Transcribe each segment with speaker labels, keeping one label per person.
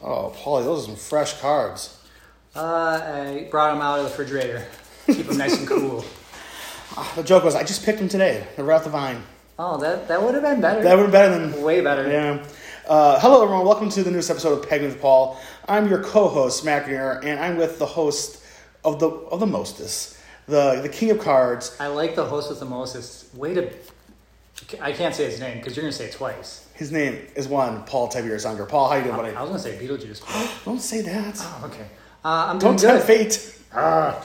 Speaker 1: Oh, Paulie, those are some fresh carbs.
Speaker 2: Uh, I brought them out of the refrigerator. Keep them nice and cool.
Speaker 1: The joke was I just picked them today. They're right off the vine.
Speaker 2: Oh, that that would have been better.
Speaker 1: That would have been better than
Speaker 2: way better.
Speaker 1: Yeah. Uh, hello, everyone. Welcome to the newest episode of Peg with Paul. I'm your co-host Matt Greener, and I'm with the host of the of the mostest, the the king of cards.
Speaker 2: I like the host with the mostest. Way to. I can't say his name because you're gonna say it twice.
Speaker 1: His name is one Paul Tiberius Unger. Paul, how you doing, buddy?
Speaker 2: I was gonna say Beetlejuice. but-
Speaker 1: Don't say that.
Speaker 2: oh, okay. Uh, I'm doing
Speaker 1: Don't tempt
Speaker 2: good.
Speaker 1: fate.
Speaker 2: Ah,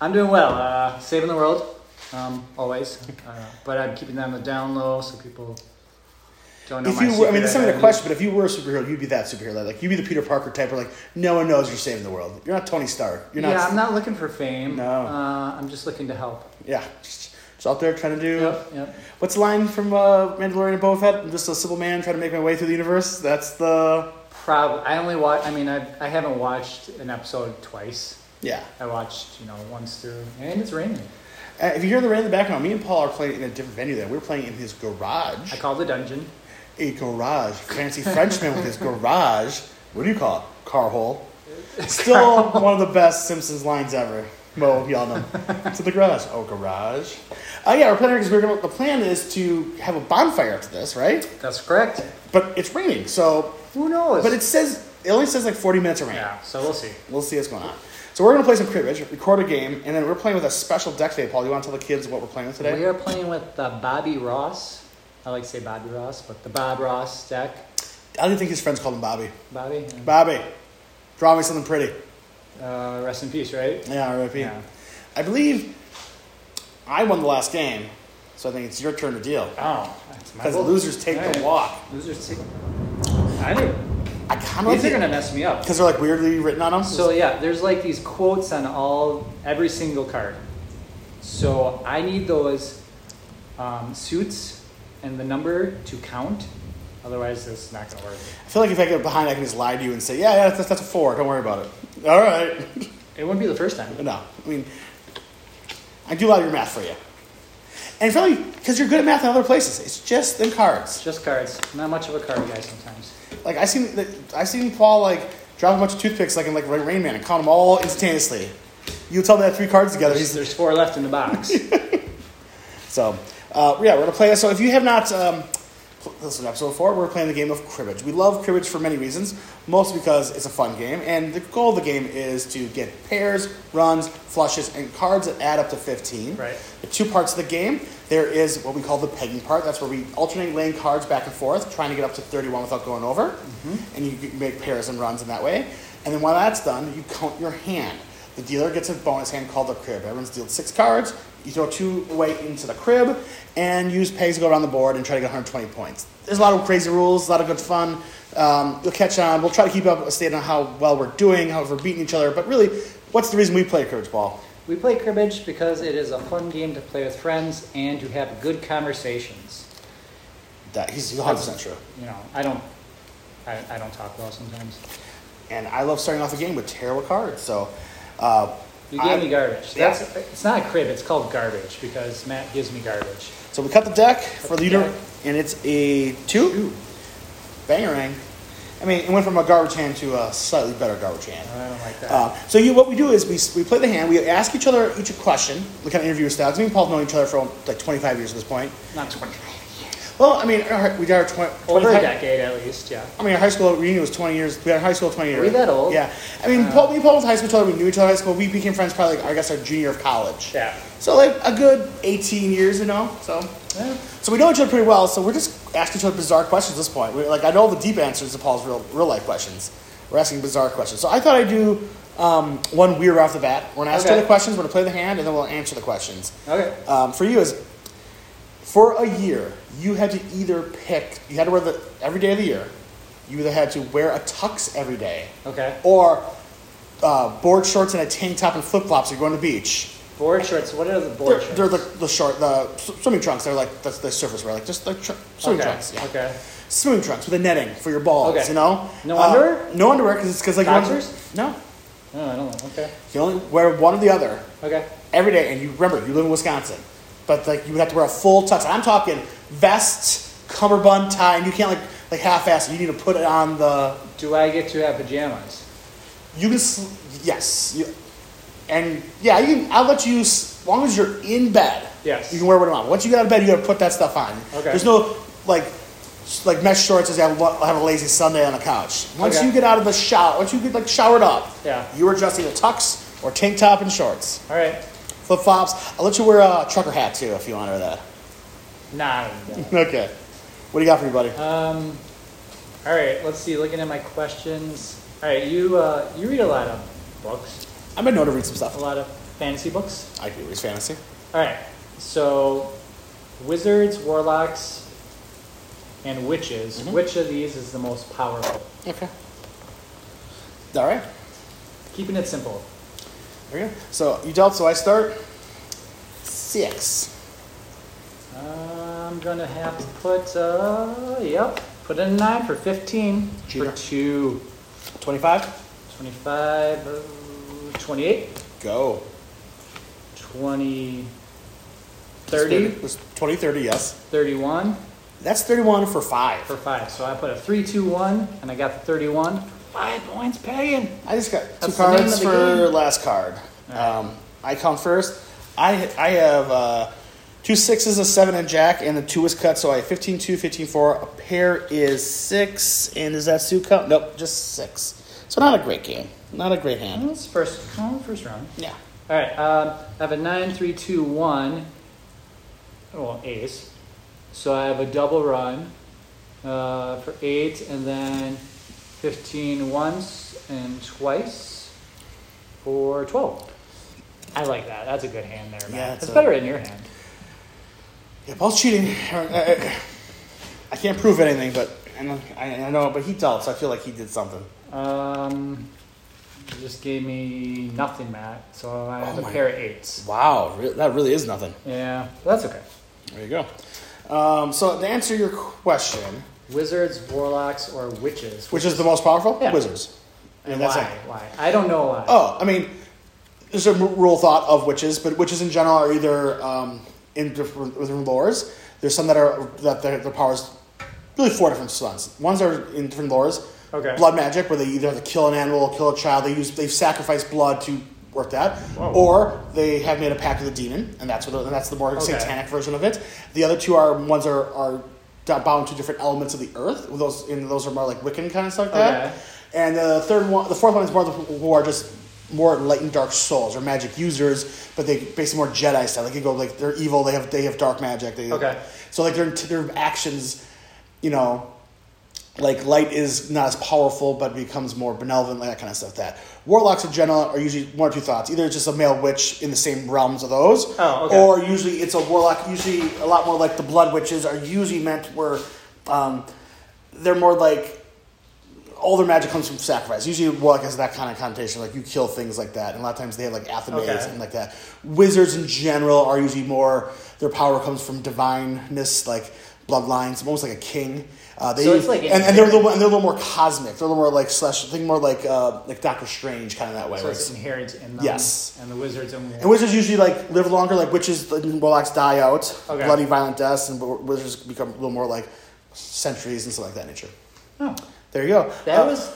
Speaker 2: I'm doing well. Uh, saving the world, um, always. Uh, but I'm keeping them on the down low so people don't know
Speaker 1: If
Speaker 2: my
Speaker 1: you were, I mean,
Speaker 2: secret
Speaker 1: it's not even a
Speaker 2: identity.
Speaker 1: question, but if you were a superhero, you'd be that superhero. Like, you'd be the Peter Parker type, where like no one knows you're saving the world. You're not Tony Stark. You're not.
Speaker 2: yeah, I'm not looking for fame.
Speaker 1: No.
Speaker 2: Uh, I'm just looking to help.
Speaker 1: Yeah, just, just out there trying to do.
Speaker 2: Yep, yep.
Speaker 1: What's the line from uh, Mandalorian and Boba Fett? I'm just a simple man trying to make my way through the universe. That's the
Speaker 2: Probably. I only watch. I mean, I I haven't watched an episode twice.
Speaker 1: yeah.
Speaker 2: I watched you know once through, and it's raining.
Speaker 1: Uh, if you hear the rain in the background, me and Paul are playing in a different venue. There, we we're playing in his garage.
Speaker 2: I called the dungeon.
Speaker 1: A garage, fancy Frenchman with his garage. What do you call it? Car hole. Still one of the best Simpsons lines ever. Mo, y'all know. to the garage. Oh, garage. Uh, yeah, our plan is we're gonna. The plan is to have a bonfire after this, right?
Speaker 2: That's correct.
Speaker 1: But it's raining, so.
Speaker 2: Who knows?
Speaker 1: But it says it only says like forty minutes of rain.
Speaker 2: yeah. So we'll see.
Speaker 1: We'll see what's going on. So we're gonna play some cribbage, record a game, and then we're playing with a special deck today. Paul, you want to tell the kids what we're playing with today?
Speaker 2: We are playing with the Bobby Ross. I like to say Bobby Ross, but the Bob Ross deck.
Speaker 1: I don't think his friends called him Bobby.
Speaker 2: Bobby,
Speaker 1: Bobby, draw me something pretty.
Speaker 2: uh, rest in peace, right?
Speaker 1: Yeah, RIP.
Speaker 2: Yeah.
Speaker 1: I believe I won the last game, so I think it's your turn to deal.
Speaker 2: Oh, that's my
Speaker 1: Because
Speaker 2: fault.
Speaker 1: losers take the
Speaker 2: Alright.
Speaker 1: walk.
Speaker 2: Losers take. I didn't.
Speaker 1: I kind of
Speaker 2: These are
Speaker 1: like
Speaker 2: gonna
Speaker 1: it.
Speaker 2: mess me up.
Speaker 1: Because they're like weirdly written on them.
Speaker 2: So yeah, there's like these quotes on all every single card. So I need those um, suits and the number to count. Otherwise, this is not gonna work.
Speaker 1: I feel like if I get behind, I can just lie to you and say, yeah, yeah, that's, that's a four. Don't worry about it. All right.
Speaker 2: It wouldn't be the first time.
Speaker 1: no, I mean, I do a lot of your math for you. And probably because you're good at math in other places. It's just in cards.
Speaker 2: It's just cards. Not much of a card guy sometimes.
Speaker 1: Like I seen, I seen Paul like drop a bunch of toothpicks like in like Rain Man and count them all instantaneously. You tell me that three cards together.
Speaker 2: There's,
Speaker 1: He's,
Speaker 2: there's four left in the box.
Speaker 1: So, uh, yeah, we're going to play. So, if you have not um, pl- listened to episode four, we're playing the game of cribbage. We love cribbage for many reasons, mostly because it's a fun game. And the goal of the game is to get pairs, runs, flushes, and cards that add up to 15.
Speaker 2: Right.
Speaker 1: The two parts of the game there is what we call the pegging part. That's where we alternate laying cards back and forth, trying to get up to 31 without going over. And you g- make pairs and runs in that way. And then while that's done, you count your hand. The dealer gets a bonus hand called the crib. Everyone's dealt six cards. You throw two away into the crib and use pegs to go around the board and try to get 120 points. There's a lot of crazy rules, a lot of good fun. Um, you'll catch on. We'll try to keep up a state on how well we're doing, how we're beating each other. But really, what's the reason we play cribbage ball?
Speaker 2: we play cribbage because it is a fun game to play with friends and to have good conversations.
Speaker 1: That he's 100% true.
Speaker 2: You know, I don't, I, I don't talk well sometimes.
Speaker 1: and I love starting off the game with terrible cards. So, uh,
Speaker 2: You gave
Speaker 1: I-
Speaker 2: me garbage.
Speaker 1: Yeah.
Speaker 2: That's it's not a crib. It's called garbage because Matt gives me garbage.
Speaker 1: so we cut the deck for the
Speaker 2: the
Speaker 1: leader,
Speaker 2: deck.
Speaker 1: and it's a two. Bangerang. I mean, it went from a garbage hand to a slightly better garbage hand.
Speaker 2: I don't like that.
Speaker 1: Uh, so you, what we do is we, we play the hand. We ask each other each a question. We kind of interview style. 'Cause Me and Paul have known each other for like 25 years at this point.
Speaker 2: not twenty.
Speaker 1: Well, I mean, our, we got our 20,
Speaker 2: Over a
Speaker 1: our-
Speaker 2: decade at least. Yeah.
Speaker 1: I mean, our high school reunion was 20 years. We had high school 20 years.
Speaker 2: Were you that old?
Speaker 1: Yeah. I mean, Paul, me and Paul was high school each other. We knew each other in high school. We became friends probably, like, I guess, our junior of college.
Speaker 2: Yeah.
Speaker 1: So like a good 18 years, you know. So
Speaker 2: Well,
Speaker 1: so we know each other pretty well. So we're just asking each other bizarre questions at this point. We're, like I know the deep answers to Paul's real real life questions. We're asking bizarre questions. So I thought I'd do um, one weird off the bat. We're gonna ask each
Speaker 2: Okay.
Speaker 1: other questions. We're gonna play the hand, and then we'll answer the questions.
Speaker 2: Okay.
Speaker 1: Um, for you is for a year you had to either pick. You had to wear the every day of the year. You either had to wear a tux every day,
Speaker 2: Okay.
Speaker 1: or uh, board shorts and a tank top and flip flops. You're going to the beach.
Speaker 2: Board shorts. What are the
Speaker 1: They're,
Speaker 2: board shorts?
Speaker 1: they're the, the short, the sw- swimming trunks. They're like that's the surface wear, like just the tr- swimming
Speaker 2: okay.
Speaker 1: trunks. Yeah.
Speaker 2: Okay.
Speaker 1: Swimming trunks with a netting for your balls.
Speaker 2: Okay.
Speaker 1: You know. Uh,
Speaker 2: No underwear?
Speaker 1: No underwear because it's because like you don't-
Speaker 2: Boxers?
Speaker 1: No,
Speaker 2: No, I don't know. Okay.
Speaker 1: you only wear one or the other
Speaker 2: Okay.
Speaker 1: every day. And you remember you live in Wisconsin, but like you would have to wear a full tux. I'm talking vest, cummerbund, tie, and you can't like like half-assed. You need to put it on the.
Speaker 2: Do I get to have pajamas?
Speaker 1: You can. Sl- yes. You, and yeah, you can, I'll let you. As long as you're in bed,
Speaker 2: Yes.
Speaker 1: you can wear whatever you want. Once you get out of bed, you gotta put that stuff on.
Speaker 2: Okay.
Speaker 1: There's no like s- like mesh shorts as I have a lazy Sunday on the couch. Once
Speaker 2: Okay.
Speaker 1: you get out of the shower, once you get like showered up,
Speaker 2: Yeah.
Speaker 1: you are just either tux or tank top and shorts,
Speaker 2: All right.
Speaker 1: flip flops. I'll let you wear a trucker hat too if you want to wear that.
Speaker 2: Nah. I don't do that.
Speaker 1: Okay. What do you got for me, buddy?
Speaker 2: Um, all right, let's see. Looking at my questions. All right, you uh, you read a lot of books,
Speaker 1: I've been known to read some
Speaker 2: a
Speaker 1: stuff.
Speaker 2: lot of fantasy books.
Speaker 1: I do read fantasy.
Speaker 2: All right, so wizards, warlocks, and witches. Which of these is the most powerful?
Speaker 1: Okay. All right.
Speaker 2: Keeping it simple.
Speaker 1: There you go. So you dealt. So I start six.
Speaker 2: I'm gonna have to put uh, yep, put in a nine for fifteen
Speaker 1: Cheater.
Speaker 2: for two.
Speaker 1: 25.
Speaker 2: 25, uh, 28,
Speaker 1: Go.
Speaker 2: 20, 30,
Speaker 1: It was 20, 30, yes.
Speaker 2: 31
Speaker 1: That's 31 for five.
Speaker 2: for five. So I put a three, two, one, and I got the 31. Five points, Pagan.
Speaker 1: I just got two
Speaker 2: That's the name
Speaker 1: cards
Speaker 2: of
Speaker 1: for
Speaker 2: the game.
Speaker 1: last card.
Speaker 2: Alright.
Speaker 1: Um, I come first. I I have uh, two sixes, a seven, and jack, and the two is cut, so I have 15, 2, 15, 4. A pair is six, and is that Sue count? Nope, just six. So not a great game. Not a great hand.
Speaker 2: That's first, oh, first round.
Speaker 1: Yeah.
Speaker 2: All right, um, I have a nine, three, two, one. Well, ace. So I have a double run uh, for eight, and then 15 once and twice for 12. I like that. That's a good hand there, man.
Speaker 1: Yeah, it's
Speaker 2: it's
Speaker 1: a-
Speaker 2: better in your hand.
Speaker 1: Yeah, Paul's cheating. I I can't prove anything, but I know, I I know, but he dealt, so I feel like he did something.
Speaker 2: Um, you just gave me nothing, Matt. So I have
Speaker 1: Oh
Speaker 2: a
Speaker 1: my-
Speaker 2: pair of eights.
Speaker 1: Wow, re- that really is nothing.
Speaker 2: Yeah, that's okay.
Speaker 1: There you go. Um, so to answer your question,
Speaker 2: Wizards, warlocks, or witches.
Speaker 1: which is the most powerful?
Speaker 2: Yeah.
Speaker 1: Wizards.
Speaker 2: and
Speaker 1: And that's
Speaker 2: why?
Speaker 1: it.
Speaker 2: Why? I don't know why.
Speaker 1: Oh, I mean, there's a m- rule of thought of witches, but witches in general are either um, in different within lores. There's some that are that their, their powers really four different sons. Ones are in different lores.
Speaker 2: Okay.
Speaker 1: Blood magic, where they either have to kill an animal, kill a child. They use they sacrifice blood to work that,
Speaker 2: Whoa.
Speaker 1: or they have made a pact with the demon, and that's what and that's the more
Speaker 2: Okay.
Speaker 1: satanic version of it. The other two are ones are are bound to different elements of the earth. Those and those are more like Wiccan kind of stuff like that.
Speaker 2: Okay.
Speaker 1: And the third one, the fourth one is more the people who are just more enlightened dark souls or magic users, but they basically more Jedi style. They can go like they're evil. They have they have dark magic. They,
Speaker 2: Okay.
Speaker 1: So like their their actions, you know, like light is not as powerful, but becomes more benevolent, like that kind of stuff. That warlocks in general are usually one or two thoughts. Either it's just a male witch in the same realms of those,
Speaker 2: Oh, okay.
Speaker 1: or usually it's a warlock. Usually a lot more like the blood witches are usually meant where um, they're more like all their magic comes from sacrifice. Usually, warlock has that kind of connotation, like you kill things like that. And a lot of times they have like athanase
Speaker 2: Okay.
Speaker 1: and like that. Wizards in general are usually more their power comes from divineness, like bloodlines, almost like a king. Uh, they
Speaker 2: So it's like
Speaker 1: and, and they're a little, and they're a little more cosmic. They're a little more like slash, think more like uh, like Doctor Strange kind of that way.
Speaker 2: so
Speaker 1: where
Speaker 2: it's
Speaker 1: it's-
Speaker 2: inherent in them.
Speaker 1: Yes.
Speaker 2: And the wizards and
Speaker 1: and wizards usually like live longer. Like witches and warlocks die out,
Speaker 2: Okay.
Speaker 1: bloody violent deaths, and wi- wizards become a little more like centuries and stuff like that nature.
Speaker 2: Oh,
Speaker 1: There you go.
Speaker 2: that
Speaker 1: Uh,
Speaker 2: was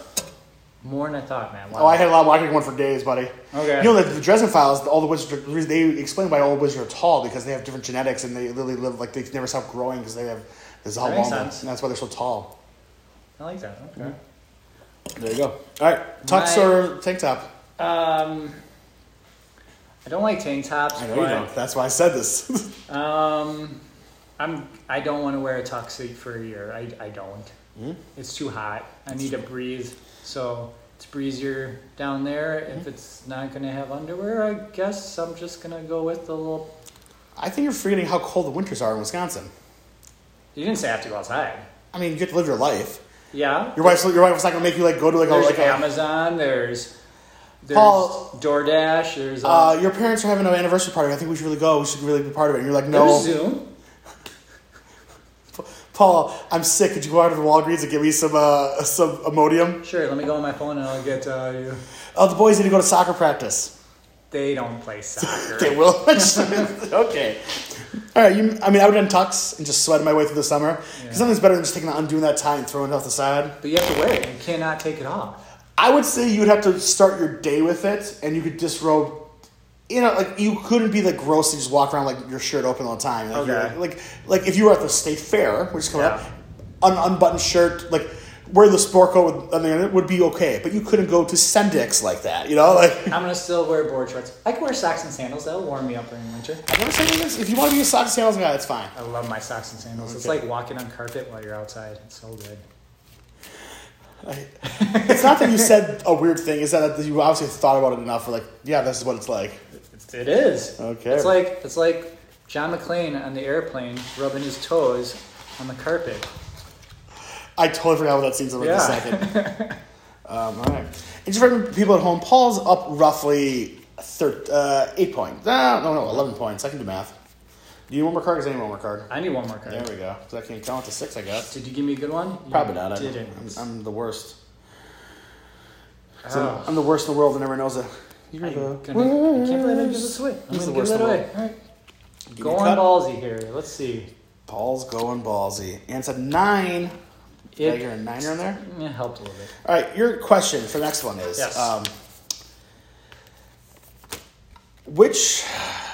Speaker 2: more than I thought, man. Wow.
Speaker 1: Oh, I had a lot. Of, I could go on for days, buddy.
Speaker 2: Okay.
Speaker 1: You know the, the Dresden Files. All the wizards. are- They explain why all wizards are tall because they have different genetics and they literally live like they never stop growing because they have this is how
Speaker 2: That makes
Speaker 1: long. they-
Speaker 2: sense.
Speaker 1: And that's why they're so tall.
Speaker 2: I like that. Okay.
Speaker 1: There you go. All right, tux
Speaker 2: My-
Speaker 1: or tank top?
Speaker 2: Um, I don't like tank tops,
Speaker 1: I know
Speaker 2: but
Speaker 1: you don't. That's why I said this.
Speaker 2: um, I'm I don't want to wear a tuxedo for a year. I, I don't. Hmm? It's too hot. I need to breathe. So it's breezier down there. If it's not gonna have underwear, I guess I'm just gonna go with the little.
Speaker 1: I think you're forgetting how cold the winters are in Wisconsin.
Speaker 2: You didn't say I have to go outside.
Speaker 1: I mean, you get to live your life.
Speaker 2: Yeah.
Speaker 1: Your wife's your wife's not gonna make you like go to like a
Speaker 2: There's
Speaker 1: like a,
Speaker 2: Amazon. There's there's
Speaker 1: Oh, Paul-
Speaker 2: DoorDash. There's uh,
Speaker 1: uh, your parents are having an anniversary party. I think we should really go. We should really be part of it. And you're like, no,
Speaker 2: there's Zoom.
Speaker 1: Paul, I'm sick. Could you go out to the Walgreens and get me some uh, some Imodium?
Speaker 2: Sure, let me go on my phone and I'll get uh, you.
Speaker 1: Oh, the boys need to go to soccer practice.
Speaker 2: They don't play soccer.
Speaker 1: Okay, Will. okay. All right. You, I mean, I would untucks and just sweat my way through the summer. 'Cause
Speaker 2: Yeah.
Speaker 1: Nothing's better than just taking, undoing that tie and throwing it off the side.
Speaker 2: But you have to wear it. You cannot take it off.
Speaker 1: I would say you would have to start your day with it, and you could disrobe. You know, like you couldn't be like gross and just walk around like your shirt open all the time. Like, you're-
Speaker 2: Okay.
Speaker 1: Like, like if you were at the state fair, which is coming
Speaker 2: Yeah.
Speaker 1: up, an unbuttoned shirt, like wear the sport coat with, and then it would be okay. But you couldn't go to Sendix like that. You know, like
Speaker 2: I'm gonna still wear board shorts. I can wear socks and sandals. That'll warm me up during winter.
Speaker 1: I'm not saying this. If you want to be a socks sales guy, that's fine.
Speaker 2: I love my socks and sandals. It's
Speaker 1: Okay.
Speaker 2: like walking on carpet while you're outside. It's so good.
Speaker 1: I- it's not that you said a weird thing. It's that you obviously thought about it enough. For like, yeah, this is what it's like.
Speaker 2: It's, it is.
Speaker 1: Okay.
Speaker 2: It's like it's like John McClane on the airplane rubbing his toes on the carpet.
Speaker 1: I totally forgot what that scene's about in a
Speaker 2: Yeah.
Speaker 1: second. um, all right. And just for people at home, Paul's up roughly thir- uh, eight points. No, no, no, 11 points. I can do math. Do you need one more card? Because I need one more card.
Speaker 2: I need one more card.
Speaker 1: There we go. Because I can count to six, I guess.
Speaker 2: Did you give me a good one? You
Speaker 1: Probably not. I don't-
Speaker 2: Didn't.
Speaker 1: I'm, I'm the worst. 'Cause
Speaker 2: Oh.
Speaker 1: I'm, I'm the worst in the world and everyone knows it. You're
Speaker 2: I
Speaker 1: the
Speaker 2: can't believe I give this away. I'm
Speaker 1: He's Uh-huh. the
Speaker 2: gonna give
Speaker 1: worst
Speaker 2: that
Speaker 1: in the
Speaker 2: away. All right.
Speaker 1: Give me a
Speaker 2: Go on
Speaker 1: cut.
Speaker 2: ballsy here. Let's see.
Speaker 1: Paul's going ballsy. And it's a nine. Yeah,
Speaker 2: It,
Speaker 1: you're a niner in there?
Speaker 2: it helped a little bit.
Speaker 1: All right, your question for the next one is
Speaker 2: Yes.
Speaker 1: um, which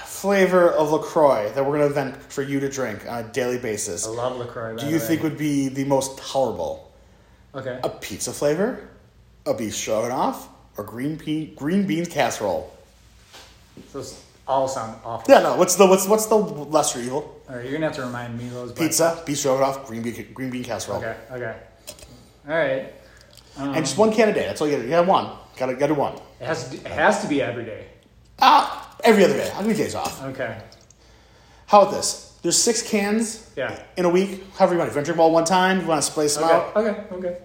Speaker 1: flavor of LaCroix that we're going to invent for you to drink on a daily basis
Speaker 2: I love LaCroix. Oh, by
Speaker 1: do
Speaker 2: the
Speaker 1: you
Speaker 2: way.
Speaker 1: think Uh, would be the most tolerable?
Speaker 2: Okay.
Speaker 1: A pizza flavor, a beef stroganoff, or green, pea, green bean casserole?
Speaker 2: Those all sound awful.
Speaker 1: Yeah, no, what's the, what's, what's the lesser evil?
Speaker 2: All right, you're gonna have to remind me of those. but-
Speaker 1: Pizza, beef stroganoff, green bean, green bean casserole.
Speaker 2: Okay. Okay. All right. Um,
Speaker 1: And just one candidate. That's all you got to do. Yeah, one. Got to do one.
Speaker 2: it has to, it has to be every day.
Speaker 1: Uh, every other day. I'll give you days off.
Speaker 2: Okay.
Speaker 1: How about this? There's six cans
Speaker 2: Yeah.
Speaker 1: in a week. However you want. If you want to drink them all one time, you want to splice them
Speaker 2: Okay.
Speaker 1: out.
Speaker 2: Okay. Okay.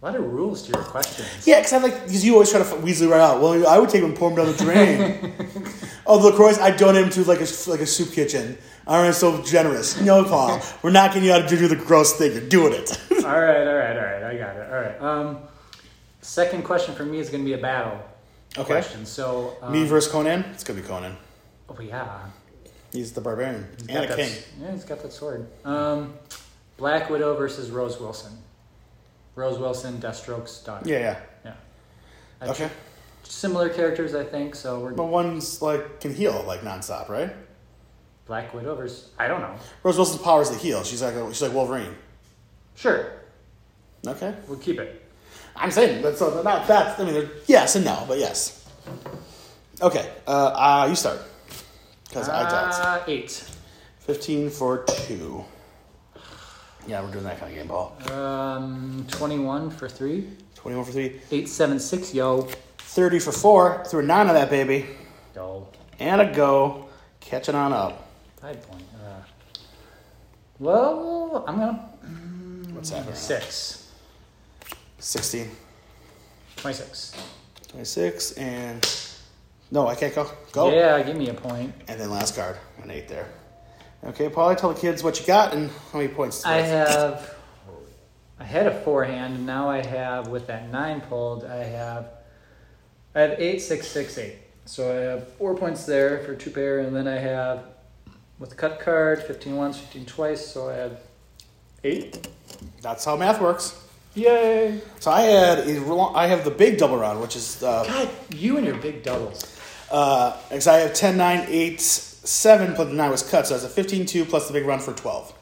Speaker 2: A lot of rules to your questions.
Speaker 1: Yeah, because I like because you always try to f- weasel right out. Well, I would take them and pour them down the drain. oh, the Croix, I donate them to like a like a soup kitchen. All right, so generous. No, Paul, we're not getting you out to do the gross thing. You're doing it.
Speaker 2: all right. All right. All right. I got it. All right. Um, second question for me is gonna be a battle
Speaker 1: Okay.
Speaker 2: question. So um,
Speaker 1: Me versus Conan. It's gonna be Conan.
Speaker 2: Oh yeah.
Speaker 1: He's the barbarian
Speaker 2: He's
Speaker 1: and a
Speaker 2: got that
Speaker 1: king.
Speaker 2: s- Yeah, he's got that sword. Um, Black Widow versus Rose Wilson. Rose Wilson, Deathstroke's daughter.
Speaker 1: Yeah, yeah.
Speaker 2: Yeah. I-
Speaker 1: Okay,
Speaker 2: Similar characters, I think. So we're
Speaker 1: but one's like can heal like nonstop, right?
Speaker 2: Black Widow versus. I don't know.
Speaker 1: Rose Wilson's powers to heal. She's like a, she's like Wolverine.
Speaker 2: Sure,
Speaker 1: Okay.
Speaker 2: we'll keep it.
Speaker 1: I'm saying that's uh, not that. I mean, they're- yes and no, but yes. Okay, uh, uh, you start because I doubt
Speaker 2: Uh, eight.
Speaker 1: fifteen for two. Yeah, we're doing that kind of game ball.
Speaker 2: Um, twenty-one for three.
Speaker 1: Twenty-one for three,
Speaker 2: Eight, seven, six. Yo.
Speaker 1: 30 for four. Threw a nine on that baby,
Speaker 2: Yo.
Speaker 1: and a go, catching on up.
Speaker 2: Five point. Uh, well, I'm gonna
Speaker 1: What's happening?
Speaker 2: Mm, six.
Speaker 1: 16,
Speaker 2: Twenty-six.
Speaker 1: 26, and no, I can't go. Go,
Speaker 2: Yeah, give me a point.
Speaker 1: and then last card, an eight there. Okay, Paul, I tell the kids what you got and how many points.
Speaker 2: I have. I had a forehand, and now I have with that nine pulled. I have. I have eight six six eight. So I have four points there for two pair, and then I have with the cut card 15 once, 15 twice. So I have eight.
Speaker 1: That's how math works.
Speaker 2: Yay!
Speaker 1: So I had a ro- I have the big double round, which is uh,
Speaker 2: God, you and your big doubles.
Speaker 1: uh, because I have 10, 9, 8, 7, plus the 9 was cut, so that's a 15, 2 plus the big round for 12.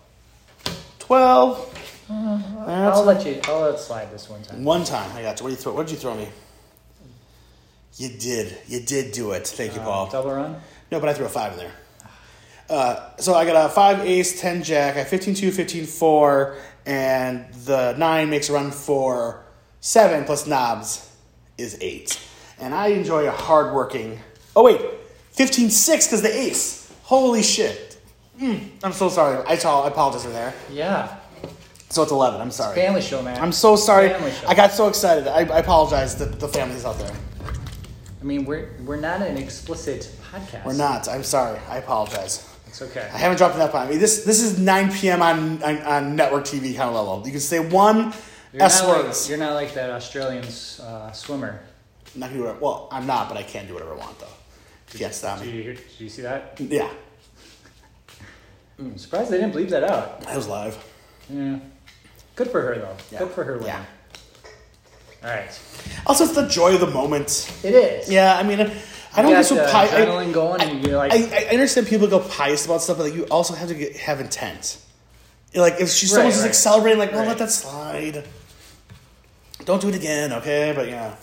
Speaker 1: 12. That's
Speaker 2: I'll let you. I'll let it slide this one time.
Speaker 1: one time I got you. What did you throw? What did you throw me? You did. You did do it. Thank you,
Speaker 2: Uh,
Speaker 1: Paul.
Speaker 2: double run.
Speaker 1: No, but I threw a five in there. Uh, so I got a five ace, ten jack. I have 15 2, 15 4, and the nine makes a run for seven plus knobs is eight. And I enjoy a hard working. Oh, wait, 15 6 because the ace. Holy shit. Mm, I'm so sorry. I, saw, I apologize for there.
Speaker 2: Yeah.
Speaker 1: So it's 11. I'm sorry.
Speaker 2: Family show, man.
Speaker 1: I'm so sorry.
Speaker 2: Family show.
Speaker 1: I got so excited. I, I apologize to the families out there.
Speaker 2: I mean, we're we're not an explicit podcast.
Speaker 1: We're not. I'm sorry. I apologize.
Speaker 2: It's okay.
Speaker 1: I haven't dropped it that far. I mean, this this is 9 p.m. on on, on network TV kind of level. You can say one
Speaker 2: You're
Speaker 1: S
Speaker 2: not like-
Speaker 1: words.
Speaker 2: you're not like that Australian s- uh, swimmer.
Speaker 1: I'm not gonna do whatever. Well, I'm not, but I can do whatever I want though. Yes, um,
Speaker 2: Did you, hear, did you see that?
Speaker 1: yeah,
Speaker 2: I'm Hmm, surprised they didn't bleep that out.
Speaker 1: that was live.
Speaker 2: Yeah. Good for her though.
Speaker 1: Yeah.
Speaker 2: Good for her. Winning.
Speaker 1: Yeah.
Speaker 2: All right.
Speaker 1: Also, it's the joy of the moment.
Speaker 2: It is.
Speaker 1: Yeah, I mean, I don't get
Speaker 2: you got
Speaker 1: so
Speaker 2: the
Speaker 1: pi- I-
Speaker 2: adrenaline going, and you're like,
Speaker 1: I, I understand people go pious about stuff, but like you also have to get, have intent. You're Like if she's
Speaker 2: Right,
Speaker 1: someone's just
Speaker 2: right.
Speaker 1: like celebrating, like, well,
Speaker 2: Right.
Speaker 1: let that slide. Don't do it again, okay? But yeah,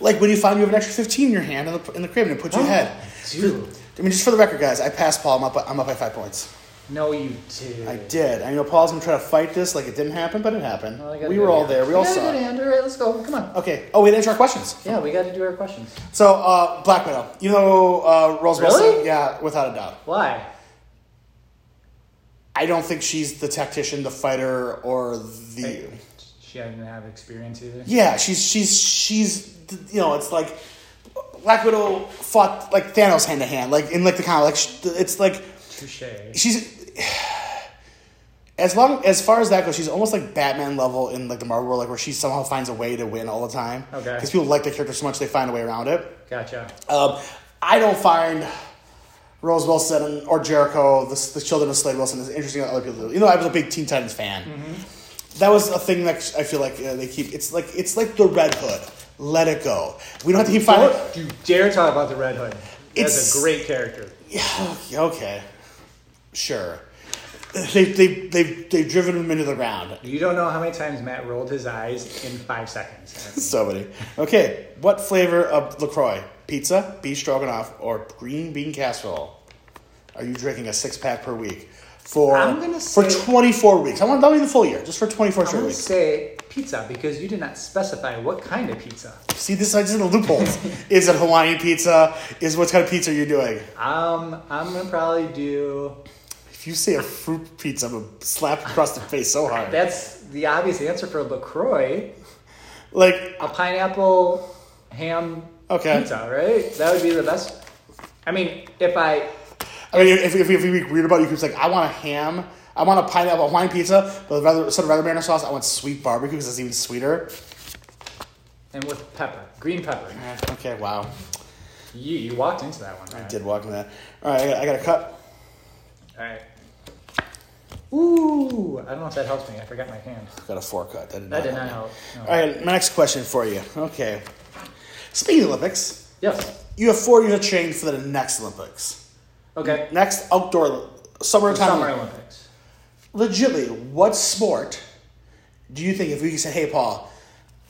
Speaker 1: like when you find you have an extra fifteen in your hand in the, in the crib and it
Speaker 2: Oh.
Speaker 1: puts you ahead.
Speaker 2: dude.
Speaker 1: I mean, just for the record, guys, I passed Paul. I'm up. I'm up by five points.
Speaker 2: No, you did.
Speaker 1: I did. I know Paul's gonna try to fight this like it didn't happen, but it happened.
Speaker 2: Well, I gotta
Speaker 1: we
Speaker 2: do
Speaker 1: were
Speaker 2: it,
Speaker 1: all
Speaker 2: yeah.
Speaker 1: there. We all
Speaker 2: gotta
Speaker 1: saw.
Speaker 2: do it,
Speaker 1: It.
Speaker 2: Andrew. All right, let's go. Come on.
Speaker 1: Okay. Oh, we didn't answer our questions.
Speaker 2: Yeah, we got to do our questions.
Speaker 1: So uh, Black Widow, you know uh, Rose
Speaker 2: Really?
Speaker 1: Wilson, yeah, without a doubt.
Speaker 2: Why?
Speaker 1: I don't think she's the tactician, the fighter, or the.
Speaker 2: She didn't have experience either.
Speaker 1: Yeah, she's she's she's you know it's like Black Widow fought like Thanos hand to hand, like in like the comic. Like sh- it's like
Speaker 2: Touche.
Speaker 1: she's as long as far as that goes, she's almost like Batman level in like the Marvel world, like where she somehow finds a way to win all the time.
Speaker 2: Okay.
Speaker 1: because people like the character so much they find a way around it.
Speaker 2: Gotcha.
Speaker 1: Um, I don't find Rose Wilson or Jericho, the, the children of Slade Wilson, as interesting as other people do. You know, I was a big Teen Titans fan. That was a thing that I feel like uh, they keep. It's like it's like the Red Hood. Let it go. We don't have to keep finding.
Speaker 2: Don't you dare talk about the Red Hood.
Speaker 1: It's-
Speaker 2: That's a great character.
Speaker 1: Yeah, okay, sure. They they they they've driven him into the ground.
Speaker 2: You don't know how many times Matt rolled his eyes in five seconds.
Speaker 1: So many. Okay, what flavor of Lacroix? Pizza, beef stroganoff, or green bean casserole? Are you drinking a six pack per week for
Speaker 2: I'm gonna
Speaker 1: for
Speaker 2: say-
Speaker 1: twenty four weeks? I want not even the full year, just for twenty four
Speaker 2: I'm
Speaker 1: straight
Speaker 2: going to
Speaker 1: weeks.
Speaker 2: say pizza because you did not specify what kind of pizza.
Speaker 1: See, this is the loopholes. is it Hawaiian pizza? Is what kind of pizza are you doing?
Speaker 2: Um, I'm going to probably do.
Speaker 1: If you say a fruit pizza, I'm gonna slap you across the face so hard.
Speaker 2: That's the obvious answer for LaCroix.
Speaker 1: Like,
Speaker 2: a pineapple ham
Speaker 1: Okay.
Speaker 2: pizza, right? That would be the best. I mean, if I
Speaker 1: I mean, if if, if we read about you, it's like I want a ham. I want a pineapple Hawaiian pizza, but rather instead of rather marinara sauce, I want sweet barbecue because it's even sweeter.
Speaker 2: and with pepper, green pepper.
Speaker 1: Eh, Okay, wow.
Speaker 2: You you walked into that one,
Speaker 1: I
Speaker 2: right?
Speaker 1: did walk in that. All right, I got, I got a cut.
Speaker 2: All right. Ooh, I don't know if that helps me. I forgot my hand.
Speaker 1: Got a four cut. That did not,
Speaker 2: That did not
Speaker 1: help.
Speaker 2: help. No.
Speaker 1: All right, my next question for you. Okay. Speaking of Olympics,
Speaker 2: Yes.
Speaker 1: you have four years to train for the next Olympics.
Speaker 2: Okay.
Speaker 1: Next outdoor summertime.
Speaker 2: Summer Olympics.
Speaker 1: Legitly, what sport do you think if we said, "Hey, Paul,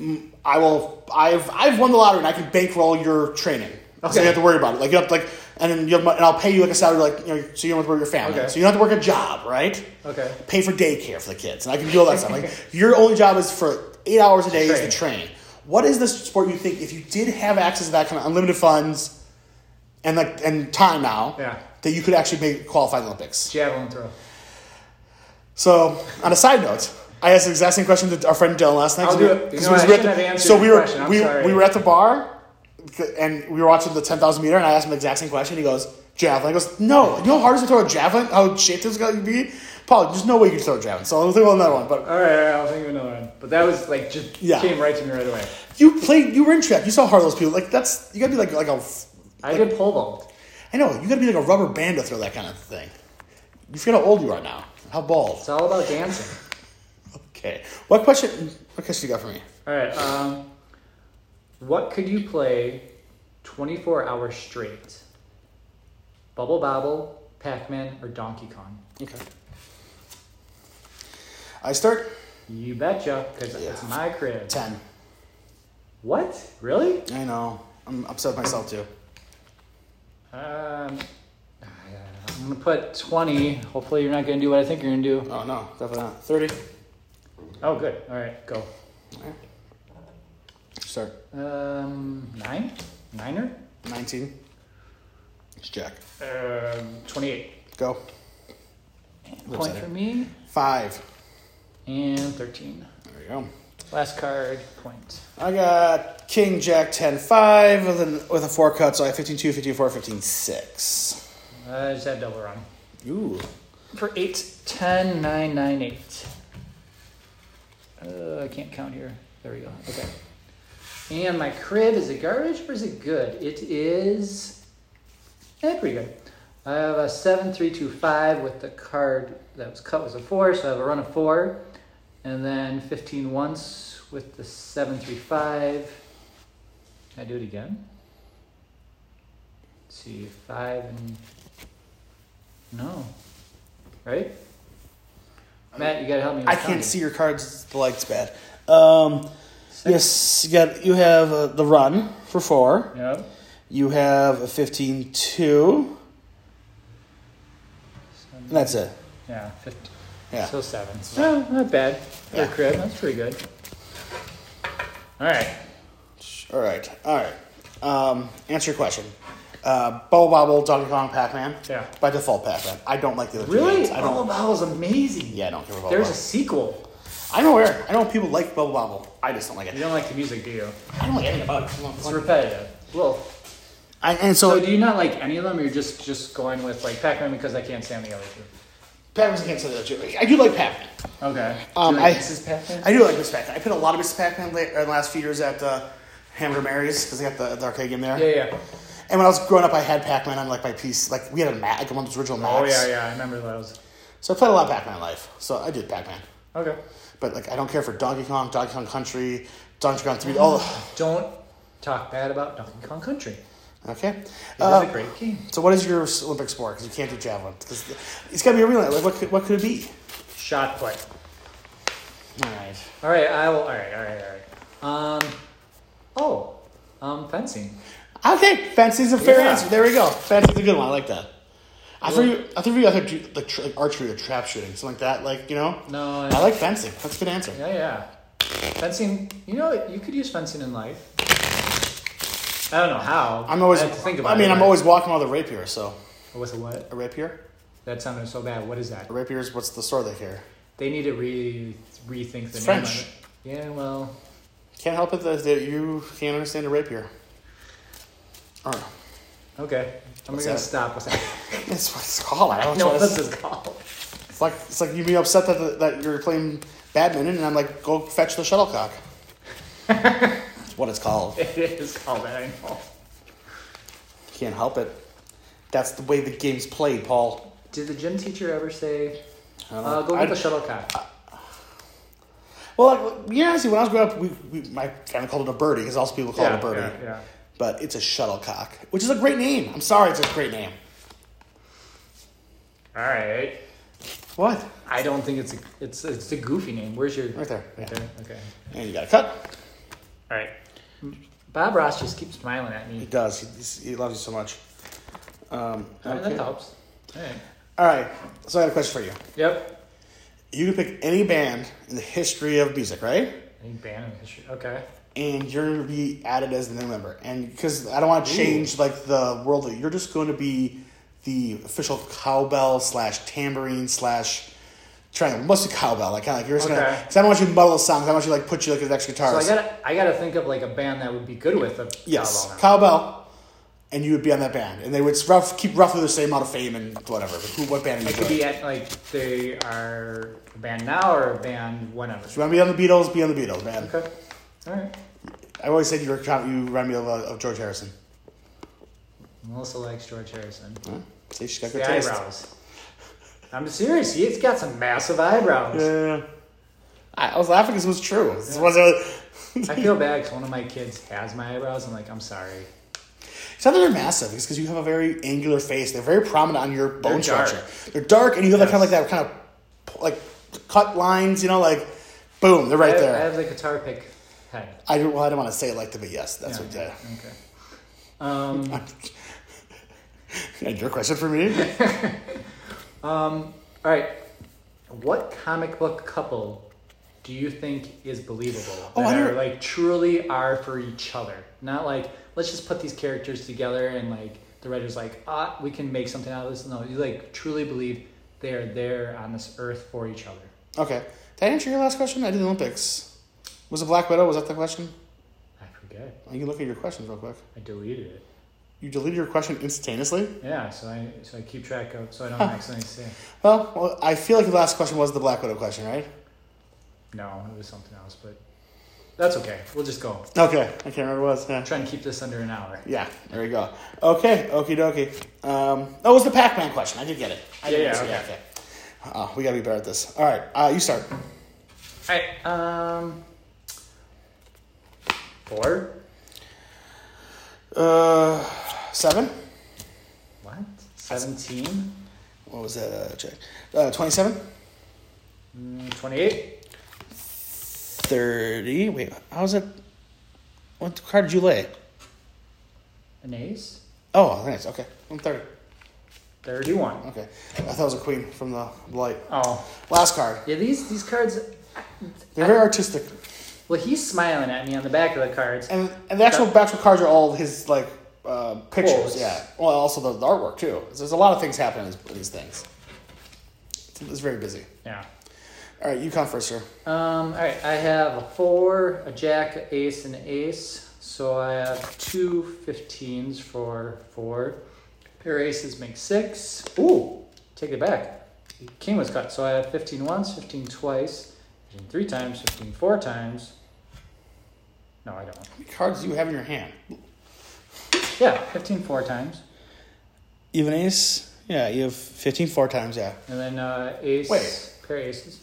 Speaker 1: mm, I will. I've I've won the lottery and I can bankroll your training." So
Speaker 2: Okay.
Speaker 1: you have to worry about it. Like you have to, like, and then you have, and I'll pay you like a salary, like you know, so you don't have to worry about your family.
Speaker 2: Okay.
Speaker 1: So you don't have to work a job, right?
Speaker 2: Okay.
Speaker 1: pay for daycare for the kids, and I can do all that stuff. Like your only job is for eight hours a day is
Speaker 2: Train.
Speaker 1: to train. What is the sport you think if you did have access to that kind of unlimited funds and like and time now
Speaker 2: Yeah.
Speaker 1: that you could actually make qualify the Olympics?
Speaker 2: Javelin throw.
Speaker 1: So on a side note, I asked the exact same question to our friend Dylan last night.
Speaker 2: I'll
Speaker 1: 'cause
Speaker 2: do
Speaker 1: we-
Speaker 2: it. You
Speaker 1: 'cause
Speaker 2: know
Speaker 1: we was
Speaker 2: what, I
Speaker 1: with
Speaker 2: shouldn't
Speaker 1: the-
Speaker 2: have answered
Speaker 1: So
Speaker 2: your
Speaker 1: we were
Speaker 2: question. I'm
Speaker 1: we,
Speaker 2: sorry.
Speaker 1: we were at the bar and we were watching the ten thousand meter, and I asked him the exact same question. He goes javelin. I goes no. You know how hard it is to throw a javelin? How shaped this is going to be? Paul, there's no way you can throw a javelin. So I'll think about another one. But
Speaker 2: All right, all right. I'll think of another one. But that was like just
Speaker 1: Yeah.
Speaker 2: came right to me right away.
Speaker 1: You played. You were in track. You saw how hard those people. Like that's. You gotta be like like a.
Speaker 2: I did pole vault.
Speaker 1: I know. You gotta be like a rubber band to throw that kind of thing. You forget how old you are now. How bald.
Speaker 2: It's all about dancing.
Speaker 1: Okay. What question? What question you got for me?
Speaker 2: All right. Um, what could you play 24 hours straight? Bubble Bobble, Pac Man, or Donkey Kong?
Speaker 1: Okay. I start
Speaker 2: You betcha, because it's
Speaker 1: Yeah.
Speaker 2: my crib.
Speaker 1: ten.
Speaker 2: What? Really?
Speaker 1: I know. I'm upset with myself too.
Speaker 2: Um, I'm going to put 20. Hopefully, you're not going to do what I think you're going to do.
Speaker 1: Oh no, definitely not. Thirty.
Speaker 2: Oh, good. All right, go.
Speaker 1: Start.
Speaker 2: Um, nine? Niner?
Speaker 1: Nineteen. It's Jack.
Speaker 2: Um, 28.
Speaker 1: Go.
Speaker 2: Point for me.
Speaker 1: Five.
Speaker 2: And 13.
Speaker 1: There you go.
Speaker 2: Last card, point.
Speaker 1: I got King Jack 10 5 with, an, with a 4 cut, so I have 15 2, 15 4, 15 6.
Speaker 2: I Uh, just had double wrong.
Speaker 1: Ooh.
Speaker 2: For 8, 10, 9, 9, 8. Uh, I can't count here. There we go. Okay. And my crib, is it garbage or is it good? It is. Eh, pretty good. I have a 7325 with the card that was cut was a 4, so I have a run of 4. And then 15 once with the 735. Can I do it again? Let's see, 5 and. No. Right? Matt, you gotta help me. with
Speaker 1: I can't
Speaker 2: counting.
Speaker 1: see your cards. The light's bad. Um, yes, you got. You have uh, the run for four.
Speaker 2: Yep.
Speaker 1: You have a 15-2. And that's it.
Speaker 2: Yeah, 50.
Speaker 1: Yeah.
Speaker 2: So seven. No, not bad. For a
Speaker 1: Yeah.
Speaker 2: crib, that's pretty good. All right.
Speaker 1: All right. All right. Um, answer your question. Uh, Bubble Bobble, Donkey Kong, Pac Man.
Speaker 2: Yeah.
Speaker 1: By default, Pac Man. I don't like the other two
Speaker 2: Really?
Speaker 1: games. I don't.
Speaker 2: Bobble is amazing.
Speaker 1: Yeah, I don't care about
Speaker 2: There's a
Speaker 1: Bubble.
Speaker 2: sequel.
Speaker 1: I'm aware. I know people like Bubble Bobble. I just don't like
Speaker 2: You
Speaker 1: it.
Speaker 2: don't like the music, do you?
Speaker 1: I don't like anything about it.
Speaker 2: It's repetitive. Well,
Speaker 1: I, and
Speaker 2: so
Speaker 1: so,
Speaker 2: do you not like any of them, or you're just just going with like Pac-Man because I can't stand the other two?
Speaker 1: Pac Man's against the other two. I do like Pac Man.
Speaker 2: Okay.
Speaker 1: Um,
Speaker 2: do you like
Speaker 1: I-
Speaker 2: Mrs. Pac-Man?
Speaker 1: I do like Miss Pac-Man. I put a lot of Miss Pac-Man la- uh, last few years at uh, Hamburger Mary's because they got the, the arcade game there.
Speaker 2: yeah, yeah.
Speaker 1: And when I was growing up, I had Pac-Man on like my piece. Like we had a mat, like one of those original mats.
Speaker 2: Oh yeah, yeah. I remember those.
Speaker 1: So I played a lot of Pac-Man in life. So I did Pac-Man,
Speaker 2: Okay.
Speaker 1: but like I don't care for Donkey Kong, Donkey Kong Country, Donkey Kong Three. Oh,
Speaker 2: Don't talk bad about Donkey Kong Country.
Speaker 1: okay.
Speaker 2: It is
Speaker 1: Uh,
Speaker 2: a great game.
Speaker 1: so what is your Olympic sport? Because you can't do javelin. Because it's got to be a relay. Like what could, what could it be?
Speaker 2: Shot play.
Speaker 1: All right.
Speaker 2: All right, I will. All right, all right, all right. Um, oh, um, fencing.
Speaker 1: Okay, fencing's a fair
Speaker 2: Yeah.
Speaker 1: answer. There we go. Fencing's a good one. I like that. I
Speaker 2: Well-
Speaker 1: think I think we either do like, tr- like archery or trap shooting, something like that. Like you know,
Speaker 2: No, I,
Speaker 1: I like fencing. That's a good answer.
Speaker 2: yeah, yeah. Fencing. You know, you could use fencing in life. I don't know how.
Speaker 1: I'm always.
Speaker 2: I
Speaker 1: I,
Speaker 2: have to think about.
Speaker 1: mean,
Speaker 2: it,
Speaker 1: I'm
Speaker 2: but-
Speaker 1: always walking with a rapier. So
Speaker 2: With a what?
Speaker 1: a rapier,
Speaker 2: That sounded so bad. What is that?
Speaker 1: a rapier is what's the sword they carry.
Speaker 2: They need to re rethink the
Speaker 1: It's
Speaker 2: name
Speaker 1: French.
Speaker 2: of it. Yeah, well,
Speaker 1: Can't help it that that you can't understand a rapier. Or
Speaker 2: okay. I'm
Speaker 1: What's
Speaker 2: gonna
Speaker 1: that?
Speaker 2: stop with that.
Speaker 1: it's what it's called. I don't know.
Speaker 2: no,
Speaker 1: what
Speaker 2: this
Speaker 1: it's,
Speaker 2: is called.
Speaker 1: it's like it's like you'd be upset that the, that you're playing badminton, and I'm like, go fetch the shuttlecock. That's what it's called.
Speaker 2: It is called that. I know.
Speaker 1: Can't help it. That's the way the game's played, Paul.
Speaker 2: Did the gym teacher ever say,
Speaker 1: I don't
Speaker 2: uh,
Speaker 1: know.
Speaker 2: "Go
Speaker 1: I- Oh,
Speaker 2: get the shuttlecock"?
Speaker 1: Well, like, yeah, see, when I was growing up, we, we, my family called it a birdie because also people call it a birdie.
Speaker 2: yeah, yeah.
Speaker 1: But it's a shuttlecock, which is a great name. I'm sorry, it's a great name.
Speaker 2: All right.
Speaker 1: What?
Speaker 2: I don't think it's a, it's it's a goofy name. Where's your
Speaker 1: Right there. Yeah.
Speaker 2: Okay. okay.
Speaker 1: And you got to cut.
Speaker 2: All right. Bob Ross just keeps smiling at
Speaker 1: He
Speaker 2: me.
Speaker 1: does. He- he's- He, loves you so much. Um,
Speaker 2: All right,
Speaker 1: okay.
Speaker 2: That helps. All right.
Speaker 1: All right. So I got a question for you.
Speaker 2: Yep.
Speaker 1: You can pick any band in the history of music, right?
Speaker 2: Any band in history? Okay.
Speaker 1: And you're going to be added as the new member. And because I don't want to change like the world, you're just going to be the official cowbell slash tambourine slash triangle. Mostly cowbell. Like kind of like you're just going
Speaker 2: Okay.
Speaker 1: to. Because I don't want you to muddle the songs. I want you to like put you like as extra guitarist.
Speaker 2: So I gotta I gotta think of like a band that would be good with a
Speaker 1: Yes,
Speaker 2: cowbell now.
Speaker 1: Cowbell, and you would be on that band, and they would rough, keep roughly the same amount of fame and whatever. But who, what band? Are
Speaker 2: It
Speaker 1: you
Speaker 2: could
Speaker 1: join?
Speaker 2: be at, like they are a band now or a band whenever.
Speaker 1: you want to be on the Beatles? Be on the Beatles, man.
Speaker 2: Okay. All right.
Speaker 1: I always said you were you remind me of, uh, of George Harrison.
Speaker 2: Melissa likes George Harrison.
Speaker 1: Huh? See, she's got good
Speaker 2: The
Speaker 1: taste.
Speaker 2: eyebrows. I'm serious. He's got some massive eyebrows.
Speaker 1: Yeah. I, I was laughing because it was true. This wasn't.
Speaker 2: I feel bad because one of my kids has my eyebrows. I'm like, I'm sorry.
Speaker 1: It's not that they're massive. It's because you have a very angular face. They're very prominent on your bone
Speaker 2: They're dark.
Speaker 1: structure. They're dark, and you have that kind of like that kind of like cut lines. You know, like boom, they're
Speaker 2: I
Speaker 1: right
Speaker 2: have, I
Speaker 1: there.
Speaker 2: have the guitar pick head.
Speaker 1: I, don't. well, I don't want to say it like that, but yes, that's
Speaker 2: Yeah.
Speaker 1: what. Yeah.
Speaker 2: Okay. Um,
Speaker 1: And your question for me?
Speaker 2: um, all right. What comic book couple do you think is believable?
Speaker 1: Oh, I
Speaker 2: that
Speaker 1: know-
Speaker 2: are, like truly are for each other. Not like let's just put these characters together and like the writer's like, ah, we can make something out of this. No, you like truly believe they are there on this earth for each other.
Speaker 1: Okay. Did I answer your last question? I did the Olympics. Was it Black Widow? Was that the question?
Speaker 2: I forget.
Speaker 1: You can look at your questions real quick.
Speaker 2: I deleted it.
Speaker 1: You deleted your question instantaneously?
Speaker 2: Yeah, so I so I keep track of so I don't accidentally say.
Speaker 1: Well, well, I feel like the last question was the Black Widow question, right?
Speaker 2: No, it was something else, but That's okay. We'll just go.
Speaker 1: Okay, I can't remember what it was. Yeah.
Speaker 2: I'm trying to keep this under an hour.
Speaker 1: Yeah, there we go. Okay, okie dokie. Um, oh, it was the Pac Man question. I did get it. I
Speaker 2: Yeah,
Speaker 1: did
Speaker 2: yeah,
Speaker 1: answer-
Speaker 2: okay.
Speaker 1: Oh, we gotta be better at this. All right, uh, you start.
Speaker 2: All right. Um, four.
Speaker 1: Uh, seven?
Speaker 2: What? Seventeen.
Speaker 1: What was that? Uh, check. Uh, 27?
Speaker 2: Mm, Twenty-eight.
Speaker 1: 30. Wait, how was it? What card did you lay?
Speaker 2: An ace.
Speaker 1: Oh, nice. Okay, I'm 30.
Speaker 2: Thirty-one.
Speaker 1: Okay. I thought it was a queen from the light.
Speaker 2: Oh,
Speaker 1: Last card.
Speaker 2: yeah. These these cards.
Speaker 1: They're very artistic.
Speaker 2: Well, he's smiling at me on the back of the cards.
Speaker 1: And, and the actual actual cards are all his like uh, pictures.
Speaker 2: Quotes.
Speaker 1: Yeah. Well, also the, the artwork too. There's a lot of things happening in these- in these things. It's, it's very busy.
Speaker 2: Yeah.
Speaker 1: All right, you come first, sir.
Speaker 2: Um, all right, I have a four, a jack, an ace, and an ace. So I have two 15s for four. Pair of aces make six. Ooh, take it back. King was cut, so I have 15 once, 15 twice, 15 three times, 15 four times. No, I don't.
Speaker 1: How many cards do you have in your hand?
Speaker 2: Yeah, 15 four times.
Speaker 1: Even ace. Yeah, you have 15 four times. Yeah.
Speaker 2: And then uh, ace,
Speaker 1: Wait.
Speaker 2: pair of aces.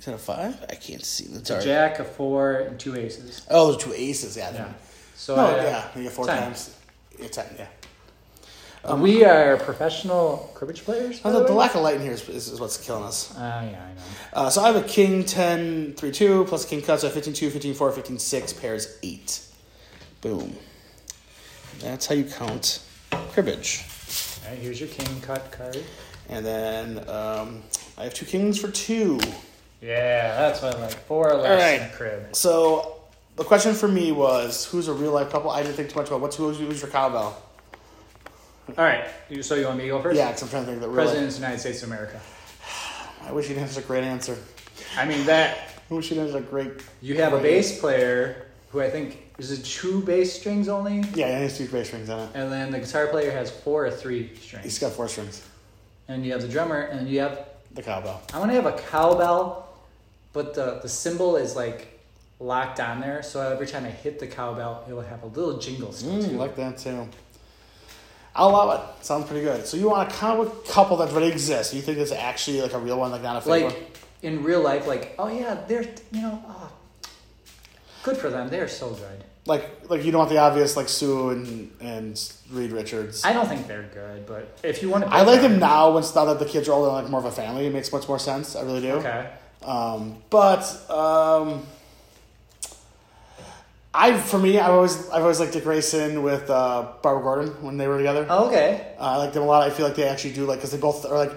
Speaker 1: Is that a five? I can't see. the
Speaker 2: A jack, a four, and two aces.
Speaker 1: Oh, there's two aces. Yeah.
Speaker 2: Yeah.
Speaker 1: yeah.
Speaker 2: So
Speaker 1: Oh,
Speaker 2: I have-
Speaker 1: yeah. You have four
Speaker 2: Ten.
Speaker 1: times. Yeah, ten. Yeah.
Speaker 2: we are professional cribbage players. by
Speaker 1: The,
Speaker 2: the
Speaker 1: the
Speaker 2: way.
Speaker 1: lack of light in here is, is, is what's killing us.
Speaker 2: Uh, yeah, I know.
Speaker 1: Uh, so I have a king 10, 3, 2, plus king cut, so 15, 2, 15, 4, 15, 6, pairs 8. Boom. That's how you count cribbage.
Speaker 2: All right, here's your king cut card.
Speaker 1: And then um, I have two kings for 2.
Speaker 2: Yeah, that's what I like. Four or less in
Speaker 1: right.
Speaker 2: a crib.
Speaker 1: So the question for me was who's a real life couple? I didn't think too much about what's who's, who's your cowbell?
Speaker 2: All right, you- so you want me to go first?
Speaker 1: Yeah, because I'm trying to think of the real
Speaker 2: President
Speaker 1: life.
Speaker 2: of the United States of America.
Speaker 1: I wish you'd answer a great answer.
Speaker 2: I mean that
Speaker 1: I wish you'd answer a great.
Speaker 2: you have a
Speaker 1: Right.
Speaker 2: bass player who I think is it two bass strings only,
Speaker 1: Yeah, it has two bass strings on it.
Speaker 2: and then the guitar player has four or three
Speaker 1: He's
Speaker 2: strings,
Speaker 1: got four strings.
Speaker 2: and you have the drummer, and you have
Speaker 1: The cowbell.
Speaker 2: I want to have a cowbell, but the the symbol is like locked on there, so every time I hit the cowbell, it will have a little jingle still
Speaker 1: Mm,
Speaker 2: too.
Speaker 1: like that too. I love it. Sounds pretty good. So you want a comic book couple that really exists? You think it's actually like a real one, like not a fake
Speaker 2: like
Speaker 1: one?
Speaker 2: in real life, like oh yeah, they're you know, oh, good for them. They're so good.
Speaker 1: Like, like you don't want the obvious, like Sue and and Reed Richards. I,
Speaker 2: I don't think they're good, but if you want to,
Speaker 1: like them now, when it's now that the kids are older, and like more of a family, it makes much more sense. I really do.
Speaker 2: Okay,
Speaker 1: Um, but um, I, for me, I always, I've always liked Dick Grayson with uh, Barbara Gordon when they were together.
Speaker 2: oh, okay,
Speaker 1: Uh, I like them a lot. I feel like they actually do like because they both are like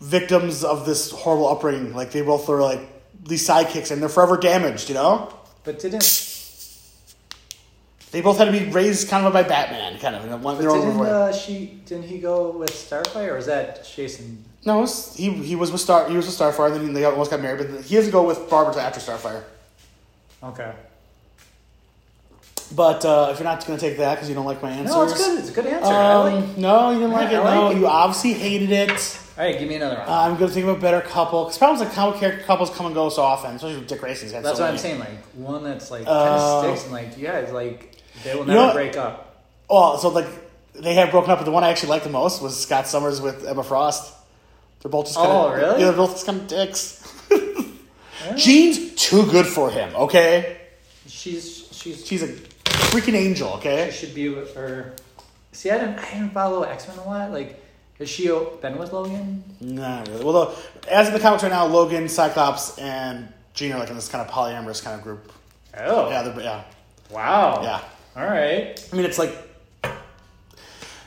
Speaker 1: victims of this horrible upbringing. Like they both are like these sidekicks, and they're forever damaged. You know,
Speaker 2: but didn't
Speaker 1: they both had to be raised kind of by Batman, kind of in one their own
Speaker 2: didn't
Speaker 1: way.
Speaker 2: uh, she didn't he go with Starfire or was that Jason?
Speaker 1: no, it was- he he was with Star he was with Starfire, and then they almost got married, but he has to go with Barbara to after Starfire.
Speaker 2: Okay,
Speaker 1: But uh, if you're not going to take that because you don't like my answers,
Speaker 2: no, it's good. It's a good answer. I like-
Speaker 1: Um, no, you didn't like
Speaker 2: Yeah,
Speaker 1: it.
Speaker 2: I
Speaker 1: no,
Speaker 2: like it.
Speaker 1: you obviously hated it.
Speaker 2: All right, give me another one.
Speaker 1: Uh, I'm going to think of a better couple because problems like comic character couples come and go so often, especially with Dick Grayson's. had
Speaker 2: that's
Speaker 1: so
Speaker 2: what I'm
Speaker 1: many.
Speaker 2: saying. Like one that's like
Speaker 1: Uh,
Speaker 2: kind of sticks and like yeah, it's like they will
Speaker 1: You
Speaker 2: never
Speaker 1: know-
Speaker 2: break up.
Speaker 1: Oh, so like they have broken up, but the one I actually liked the most was Scott Summers with Emma Frost. They're both just kind
Speaker 2: Oh,
Speaker 1: of,
Speaker 2: really?
Speaker 1: Yeah, they're both just kind of dicks. Jean's too good for him. Okay,
Speaker 2: She's she's
Speaker 1: she's a freaking angel.
Speaker 2: she
Speaker 1: Okay,
Speaker 2: should be with her. See, I didn't I didn't follow X Men a lot. Like, has she been with Logan?
Speaker 1: nah, really. Well, though, as in the comics right now, Logan, Cyclops, and Jean are like in this kind of polyamorous kind of group.
Speaker 2: Oh,
Speaker 1: Yeah, they're, yeah,
Speaker 2: wow.
Speaker 1: yeah.
Speaker 2: All right.
Speaker 1: I mean, it's like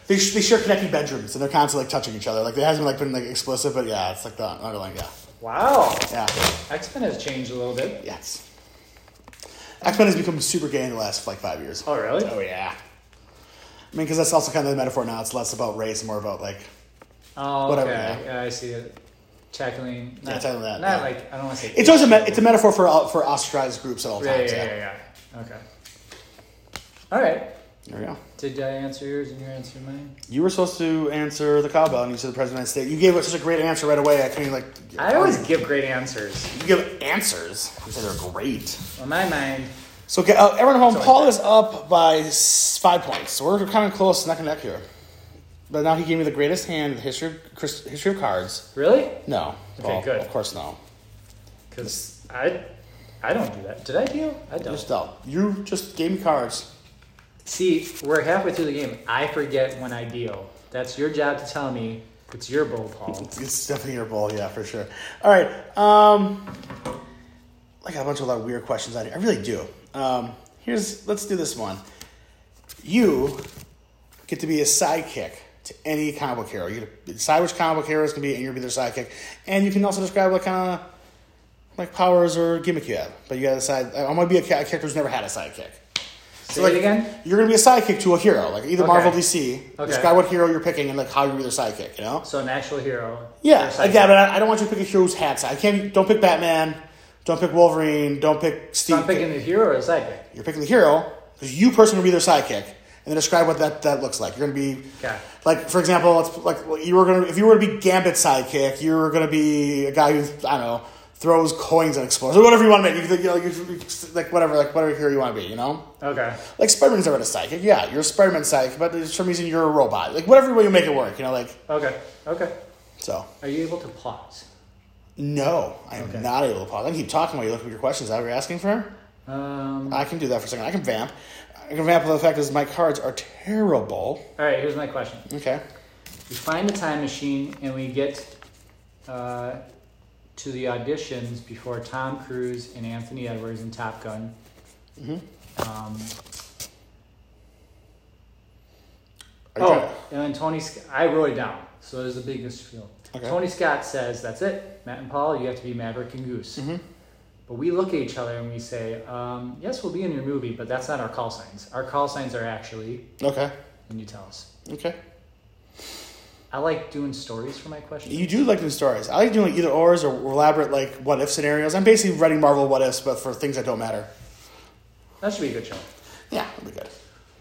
Speaker 1: they, sh- they share connecting bedrooms, and they're constantly like touching each other. Like, it hasn't like been like explicit, but yeah, it's like the underlying. Yeah,
Speaker 2: Wow.
Speaker 1: yeah.
Speaker 2: X Men has changed a little bit.
Speaker 1: Yes. X Men has become super gay in the last like five years.
Speaker 2: Oh, really?
Speaker 1: Oh yeah. I mean, because that's also kind of the metaphor now. It's less about race, more about like
Speaker 2: Oh,
Speaker 1: Whatever,
Speaker 2: okay.
Speaker 1: yeah.
Speaker 2: Yeah, I see it. Tackling. Not,
Speaker 1: Yeah, tackling that,
Speaker 2: Not
Speaker 1: yeah.
Speaker 2: like I don't want to say.
Speaker 1: it's always a me- it's a metaphor for all- for ostracized groups at all
Speaker 2: Yeah, yeah,
Speaker 1: times.
Speaker 2: yeah, yeah, yeah. Okay. All right.
Speaker 1: There we go.
Speaker 2: Did I answer yours and you answer mine?
Speaker 1: You were supposed to answer the cowbell, and you said the president of the United States. You gave us such a great answer right away. I couldn't like.
Speaker 2: I always give great answers.
Speaker 1: You give answers. You said they're great.
Speaker 2: In my mind,
Speaker 1: So okay, uh, everyone at home, Paul is up by s- five points. So we're kind of close, neck and neck here. But now he gave me the greatest hand in the history of, Chris- history of cards.
Speaker 2: really?
Speaker 1: No.
Speaker 2: Okay,
Speaker 1: Paul,
Speaker 2: good.
Speaker 1: Of course, no.
Speaker 2: Because I, I don't do that. Did I deal? I
Speaker 1: Just
Speaker 2: don't.
Speaker 1: dealt. You just gave me cards.
Speaker 2: See, we're halfway through the game. I forget when I deal. That's your job to tell me. It's your bowl, Paul.
Speaker 1: It's definitely your bowl, yeah, for sure. All right. Um, I got a bunch of like weird questions out here. I really do. Um, here's let's do this one. You get to be a sidekick to any comic book hero. You get to decide which comic book hero is gonna be, and you're gonna be their sidekick. And you can also describe what kind of like powers or gimmick you have. But you gotta decide. I'm gonna be a ca- character who's never had a sidekick.
Speaker 2: Say
Speaker 1: like,
Speaker 2: it again.
Speaker 1: You're gonna be a sidekick to a hero, like either
Speaker 2: Okay.
Speaker 1: Marvel, DC.
Speaker 2: Okay.
Speaker 1: Describe what hero you're picking and like how you are their sidekick. You know.
Speaker 2: So an actual hero.
Speaker 1: Yeah,
Speaker 2: Your
Speaker 1: like that, but I, I don't want you to pick a hero who's hats. I can't. Don't pick Batman. Don't pick Wolverine. Don't pick
Speaker 2: So
Speaker 1: Steve.
Speaker 2: I'm picking the hero or the sidekick.
Speaker 1: You're picking the hero because you personally will be their sidekick, and then describe what that, that looks like. You're gonna be
Speaker 2: Okay.
Speaker 1: like, for example, let's like well, you were gonna if you were to be Gambit's sidekick, you were gonna be a guy who I don't know throws coins and explodes or whatever you want to make. You, could- you know, you, you, like whatever, like whatever hero you want to be, you know.
Speaker 2: Okay.
Speaker 1: Like Spider-Man's already a sidekick. Yeah, you're a Spider-Man sidekick, but for some reason you're a robot. Like whatever way you make it work, you know. Like
Speaker 2: Okay. Okay.
Speaker 1: so.
Speaker 2: Are you able to pause?
Speaker 1: No, I am
Speaker 2: Okay.
Speaker 1: not able to pause. I can keep talking while you look at your questions. Is that what you're asking for?
Speaker 2: Um,
Speaker 1: I can do that for a second. I can vamp. I can vamp with the fact is my cards are terrible.
Speaker 2: all right. Here's my question.
Speaker 1: Okay.
Speaker 2: We find the time machine and we get uh, to the auditions before Tom Cruise and Anthony Edwards in Top Gun.
Speaker 1: Mm-hmm.
Speaker 2: Um,
Speaker 1: Are you
Speaker 2: oh,
Speaker 1: trying-
Speaker 2: and then Tony. Sc- I wrote it down, so there's the biggest field.
Speaker 1: Okay.
Speaker 2: Tony Scott says, "That's it, Matt and Paul. You have to be Maverick and Goose."
Speaker 1: Mm-hmm.
Speaker 2: But we look at each other and we say, um, "Yes, we'll be in your movie, but that's not our call signs. Our call signs are actually."
Speaker 1: Okay.
Speaker 2: And you tell us.
Speaker 1: Okay.
Speaker 2: I like doing stories for my questions.
Speaker 1: You do like new stories. I like doing either ors or elaborate like what if scenarios. I'm basically writing Marvel what ifs, but for things that don't matter.
Speaker 2: That should be a good show.
Speaker 1: Yeah, that'd be good.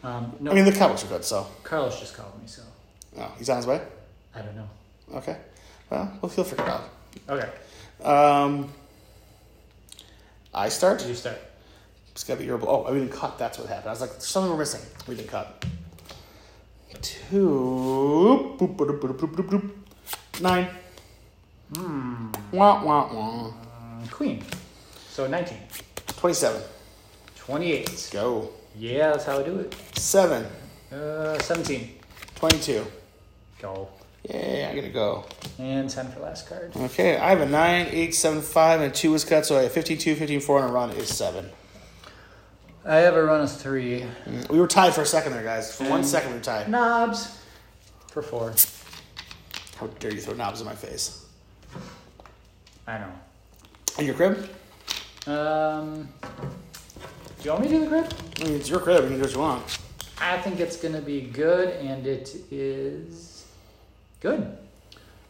Speaker 2: Um, no,
Speaker 1: I mean, the comics are good, so
Speaker 2: Carlos just called me, so
Speaker 1: oh, he's on his way.
Speaker 2: I don't know.
Speaker 1: Okay. Well, we'll he'll figure it
Speaker 2: Okay,
Speaker 1: out. Um, I start.
Speaker 2: you start.
Speaker 1: It's gotta be your. Oh, we didn't cut. That's what happened. I was like, there's something we're missing. We didn't cut. Two. boop, boop, boop, boop, boop, boop. Nine. Hmm. Wah, wah, wah.
Speaker 2: Um, Queen. So 19.
Speaker 1: 27.
Speaker 2: 28.
Speaker 1: Go.
Speaker 2: Yeah, that's how I do it.
Speaker 1: 7.
Speaker 2: Uh, 17.
Speaker 1: 22.
Speaker 2: Go.
Speaker 1: Yeah, I'm gonna go.
Speaker 2: And 10 for last card.
Speaker 1: Okay, I have a 9, 8, 7, 5, and a 2 was cut, so I have 15, 2, 15, 4, and a run is 7.
Speaker 2: I have a run of three.
Speaker 1: Mm, We were tied for a second there, guys. For one
Speaker 2: And-
Speaker 1: second, we were tied.
Speaker 2: Knobs for four.
Speaker 1: How dare you throw knobs in my face?
Speaker 2: I
Speaker 1: In your crib?
Speaker 2: know. Um, do you want me to do the grip?
Speaker 1: I mean, it's your crib. You can do what you want.
Speaker 2: I think it's going to be good, and it is good.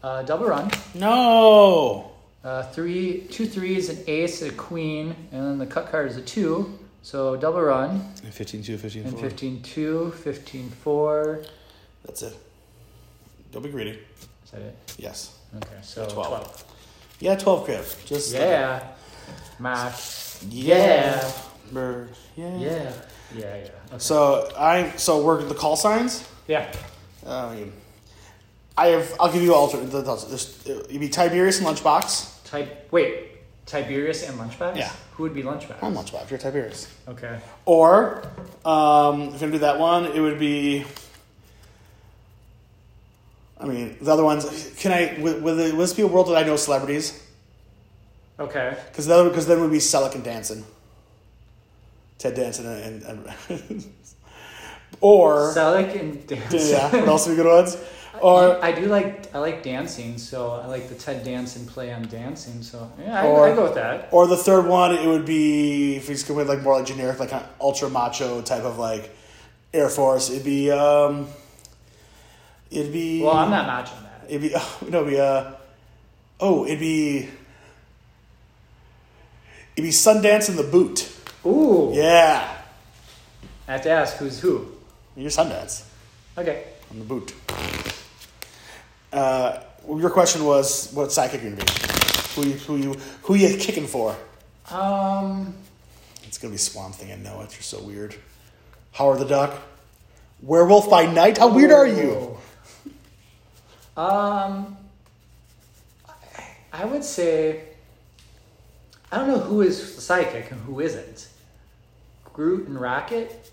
Speaker 2: Uh, double run.
Speaker 1: No!
Speaker 2: Uh, three, two threes, an ace, a queen, and then the cut card is a two. So double run,
Speaker 1: And 15 2, 15
Speaker 2: and
Speaker 1: 4.
Speaker 2: 15 2, 15 4.
Speaker 1: That's it. Don't be greedy.
Speaker 2: Is that it?
Speaker 1: Yes.
Speaker 2: Okay, so
Speaker 1: Twelve.
Speaker 2: 12.
Speaker 1: Yeah, 12 crib. Just like-
Speaker 2: Yeah. Mac.
Speaker 1: yeah. Bird. Yeah.
Speaker 2: Yeah. Yeah, yeah. Okay.
Speaker 1: So I so we're the call signs.
Speaker 2: Yeah.
Speaker 1: I mean, I have. I'll give you alternate. The, the, this- it'd be Tiberius and Lunchbox.
Speaker 2: Type, wait, Tiberius and Lunchbox?
Speaker 1: Yeah.
Speaker 2: Who would be Lunchbox?
Speaker 1: I'm Lunchbox. You're Tiberius.
Speaker 2: Okay.
Speaker 1: Or um, if you're gonna do that one, it would be. I mean, the other ones. Can I? Would, would it- would this be a world that I know celebrities?
Speaker 2: Okay.
Speaker 1: Because the other, because then it would be Selleck and Danson, Ted Danson, and, and, and or
Speaker 2: Selleck and dancing.
Speaker 1: yeah, what else are good ones? Or
Speaker 2: I do like I like dancing, so I like the Ted Danson play on dancing. So yeah, I,
Speaker 1: Or-
Speaker 2: I go with that.
Speaker 1: or the third one, it would be if he's going with like more like generic, like kind of ultra macho type of like Air Force. It'd be um, it'd be
Speaker 2: Well, I'm not matching that.
Speaker 1: It'd be oh, no, it'd be uh, oh, it'd be it'd be Sundance in the boot.
Speaker 2: Ooh.
Speaker 1: Yeah.
Speaker 2: I have to ask who's who.
Speaker 1: You're Sundance
Speaker 2: Okay.
Speaker 1: on the boot. Uh, your question was what sidekick you're gonna be? Who you who you who you kicking for?
Speaker 2: Um,
Speaker 1: It's gonna be Swamp Thing. I know it. You're so weird. Howard the Duck, Werewolf by Night. How weird are you?
Speaker 2: Um, I- I would say I don't know who is the sidekick and who isn't. Groot and Rocket.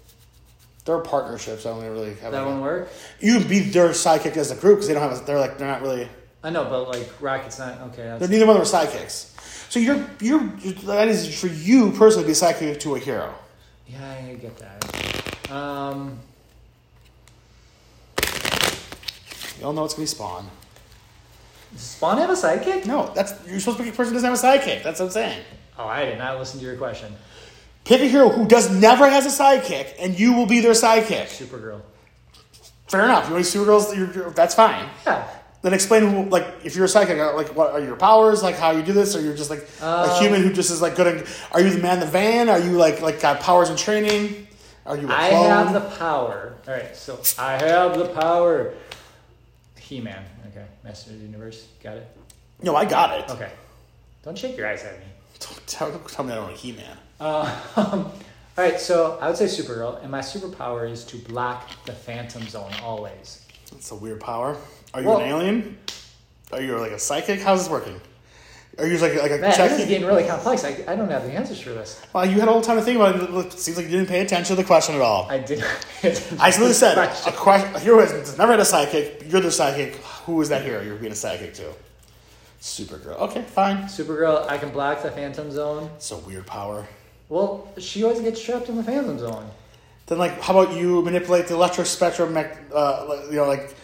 Speaker 1: There are partnerships. I don't really have.
Speaker 2: That
Speaker 1: any-
Speaker 2: one work?
Speaker 1: You can be their sidekick as a group because they don't have. A, they're like they're not really.
Speaker 2: I know, but like Rocket's not okay.
Speaker 1: They're
Speaker 2: That's,
Speaker 1: neither one of them are sidekicks. So you're you're that is for you personally to be sidekick to a hero.
Speaker 2: yeah, I get that. Um,
Speaker 1: You all know it's gonna be Spawn.
Speaker 2: does Spawn have a sidekick?
Speaker 1: No, that's you're supposed to pick a person who doesn't have a sidekick. That's what I'm saying.
Speaker 2: Oh, I did not listen to your question.
Speaker 1: Pick a hero who does never has a sidekick, and you will be their sidekick.
Speaker 2: Supergirl.
Speaker 1: Fair enough. You want Supergirls? You're, you're, that's fine.
Speaker 2: Yeah.
Speaker 1: Then explain, who- like, if you're a sidekick, uh, like, what are your powers? Like, how you do this? Are you just like a
Speaker 2: Um,
Speaker 1: human who just is like good? And, are you the man in the van? Are you like like got powers and training? Are you a
Speaker 2: I
Speaker 1: clone?
Speaker 2: have the power. All right, so I have the power. He-Man. Okay, Master of the Universe. Got it.
Speaker 1: no, I got it.
Speaker 2: Okay. Don't shake your eyes at me.
Speaker 1: Don't, tell, don't tell me I don't like He Man.
Speaker 2: Uh, all right, so I would say Supergirl, and my superpower is to block the Phantom Zone always.
Speaker 1: That's a weird power. Are you
Speaker 2: Well-
Speaker 1: an alien? Are you like a psychic? How's this working? Are you like like a
Speaker 2: Man, this is
Speaker 1: check?
Speaker 2: getting really complex. I, I don't have the answers for this.
Speaker 1: Well, you had all the time to think about it. It looked- seems like you didn't pay attention to the question at all.
Speaker 2: I did not pay attention
Speaker 1: I
Speaker 2: to
Speaker 1: literally
Speaker 2: this
Speaker 1: said
Speaker 2: question.
Speaker 1: a, question, a hero has never had a sidekick. You're the sidekick. Who is that hero you're being a sidekick to? Supergirl. Okay, fine.
Speaker 2: Supergirl, I can block the Phantom Zone.
Speaker 1: It's a weird power.
Speaker 2: Well, she always gets trapped in the Phantom Zone.
Speaker 1: Then, like, how about you manipulate the electric spectrum? mech- Uh, like, you know, like,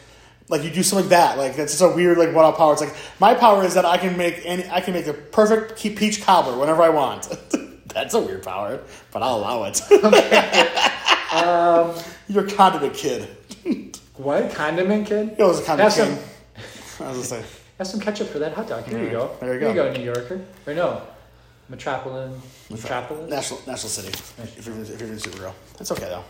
Speaker 1: like you do something like that. Like, that's just a weird, like, one-off power. It's like my power is that I can make any, I can make the perfect ke- peach cobbler whenever I want. that's a weird power, but I'll allow it.
Speaker 2: Um,
Speaker 1: You're a condiment kid.
Speaker 2: what? Condiment Kid?
Speaker 1: It was a condiment
Speaker 2: Have some,
Speaker 1: kid. I was gonna say.
Speaker 2: have some ketchup for that hot dog. Here you
Speaker 1: Mm,
Speaker 2: go.
Speaker 1: there you
Speaker 2: Here
Speaker 1: go.
Speaker 2: you go, New Yorker. Or no, Metropolitan. Metropolis?
Speaker 1: National National City. If you're if you're doing Supergirl, it's okay though.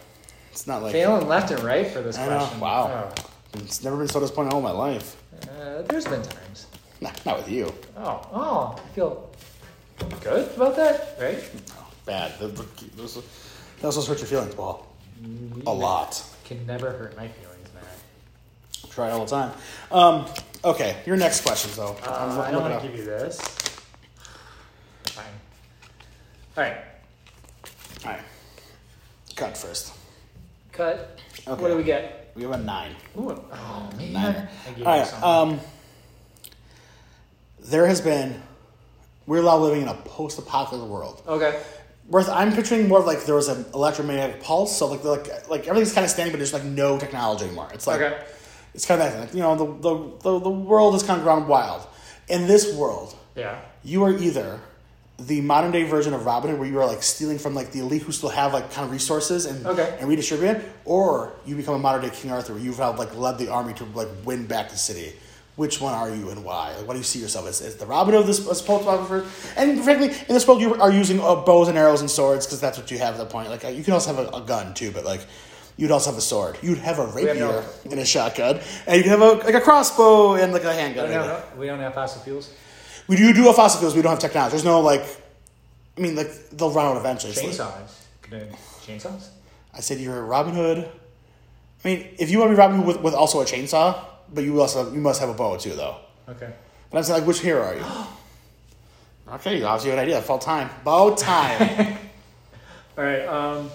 Speaker 1: It's not like
Speaker 2: Failing left and right for this
Speaker 1: I know.
Speaker 2: question.
Speaker 1: Wow.
Speaker 2: Oh.
Speaker 1: it's never been so disappointed in all my life.
Speaker 2: Uh, there's been times.
Speaker 1: Not, not with you.
Speaker 2: Oh, oh, I feel good about that, right?
Speaker 1: Bad. Th- th- Those those will hurt your feelings, Paul. A lot.
Speaker 2: Can never hurt my feelings, man.
Speaker 1: Try all the time. Um, okay, your next question though.
Speaker 2: Uh, I don't want to give you this. Fine. All right,
Speaker 1: All right. Cut first.
Speaker 2: cut.
Speaker 1: Okay.
Speaker 2: What do we get?
Speaker 1: We have a nine.
Speaker 2: Ooh, oh man.
Speaker 1: Niner.
Speaker 2: I gave you
Speaker 1: All right.
Speaker 2: something.
Speaker 1: Um, there has been. We're now living in a post-apocalyptic world.
Speaker 2: okay.
Speaker 1: Whereas I'm picturing more of like there was an electromagnetic pulse, so like like like everything's kind of standing, but there's like no technology anymore. It's like
Speaker 2: Okay.
Speaker 1: it's kind of that thing. Like, you know, the, the the the world is kind of gone wild. In this world,
Speaker 2: Yeah.
Speaker 1: you are either the modern day version of Robin Hood, where you are like stealing from like the elite who still have like kind of resources and
Speaker 2: Okay.
Speaker 1: and redistribute it, or you become a modern day King Arthur, where you've have like led the army to like win back the city. Which one are you and why? Like, what do you see yourself as? As the Robin Hood of this as opposed to Robin Hood? And frankly, in this world, you are using uh, bows and arrows and swords because that's what you have at that point. Like uh, you can also have a, a gun too, but like. You'd also have a sword. You'd have a
Speaker 2: have
Speaker 1: rapier
Speaker 2: no-
Speaker 1: and a shotgun, and you'd have a like a crossbow and like a handgun.
Speaker 2: We
Speaker 1: maybe.
Speaker 2: don't, have, we don't have fossil fuels.
Speaker 1: We do do have fossil fuels. We don't have technology. There's no like, I mean, like they'll run out eventually. So,
Speaker 2: Chainsaws. Can I, chainsaws?
Speaker 1: I said you're Robin Hood. I mean, if you want to be Robin Hood with, with also a chainsaw, but you also you must have a bow too, though.
Speaker 2: Okay.
Speaker 1: But I'm saying like, which hero are you? okay, you obviously have an idea. Fall time, bow time.
Speaker 2: All right. Um,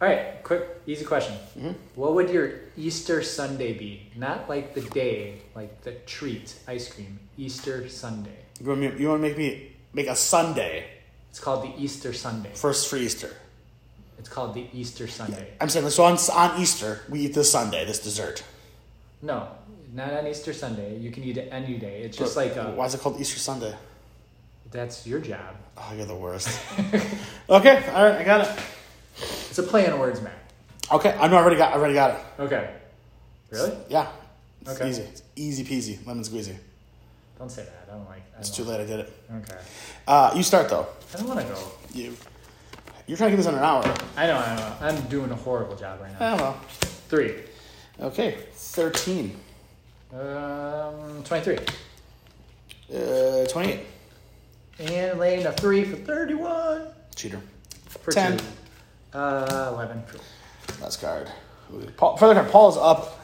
Speaker 2: all right. Quick, easy question.
Speaker 1: Mm-hmm.
Speaker 2: What would your Easter Sunday be? Not like the day, like the treat, ice cream. Easter Sunday.
Speaker 1: you, want me, you want to make me make a Sunday
Speaker 2: It's called the Easter Sunday.
Speaker 1: first for Easter?
Speaker 2: It's called the Easter Sunday.
Speaker 1: I'm saying so on on Easter we eat this Sunday, this dessert.
Speaker 2: No, not on Easter Sunday. You can eat it any day. It's just like a,
Speaker 1: why is it called Easter Sunday?
Speaker 2: that's your job.
Speaker 1: Oh, you're the worst. okay, all right, I got it.
Speaker 2: It's a play on words, man.
Speaker 1: Okay, I know. I already got. I already got it.
Speaker 2: Okay. Really?
Speaker 1: Yeah. It's
Speaker 2: Okay.
Speaker 1: easy. It's easy peasy. Lemon squeezy.
Speaker 2: Don't say that. I don't like. I
Speaker 1: It's
Speaker 2: don't-
Speaker 1: too late. I did it.
Speaker 2: Okay.
Speaker 1: Uh, you start though.
Speaker 2: I don't want to go.
Speaker 1: You. You're trying to get this under an hour.
Speaker 2: I know, I know. I'm doing a horrible job right now.
Speaker 1: Oh, well.
Speaker 2: Three.
Speaker 1: Okay, 13.
Speaker 2: Um, 23.
Speaker 1: Uh, 28.
Speaker 2: And laying a three for 31.
Speaker 1: Cheater.
Speaker 2: For
Speaker 1: Ten.
Speaker 2: two. Uh, 11.
Speaker 1: Last card. Ooh, Paul, further card. Paul is up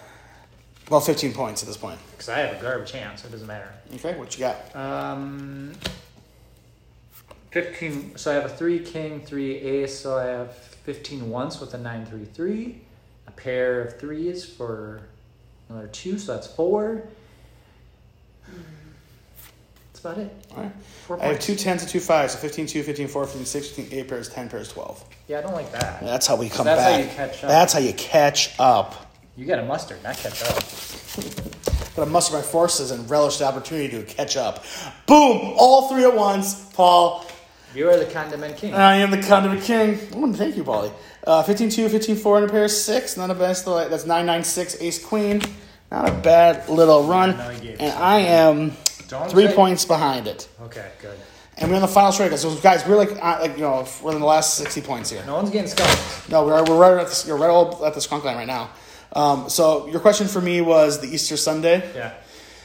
Speaker 1: about 15 points at this point.
Speaker 2: Because I have a garbage hand, so it doesn't matter.
Speaker 1: Okay, what you got?
Speaker 2: Um, 15. So I have a 3 king, 3 ace. So I have 15 once with a 9 3 3. A pair of threes for another 2. So that's 4. That's about it.
Speaker 1: All right.
Speaker 2: 4
Speaker 1: I have
Speaker 2: points.
Speaker 1: two tens and two fives, so 15, 2, 15, 4, 15, 6, 15, 8 pairs, 10 pairs, 12.
Speaker 2: Yeah, I don't like that.
Speaker 1: That's how we come
Speaker 2: That's how
Speaker 1: back.
Speaker 2: you catch up.
Speaker 1: That's how you catch up.
Speaker 2: You got a mustard, not catch up.
Speaker 1: Gotta muster my forces and relish the opportunity to catch up. Boom! All three at once, Paul.
Speaker 2: You are the condiment king.
Speaker 1: And I am the condiment king. Ooh, thank you, Paulie. Uh, 15 2, 15 4 and a pair of 6. Not a bad. Still, that's 9 9 6, ace queen. Not a bad little run.
Speaker 2: I know he gave
Speaker 1: And I am
Speaker 2: Don't
Speaker 1: three
Speaker 2: say-
Speaker 1: points behind it.
Speaker 2: Okay, good.
Speaker 1: And we're in the final straight. So, guys, we're like, uh, like you know, we're in the last 60 points here.
Speaker 2: No one's getting scones.
Speaker 1: No, we're, we're right at the, you're right all at the skunk line right now. Um, so your question for me was the Easter Sunday.
Speaker 2: Yeah.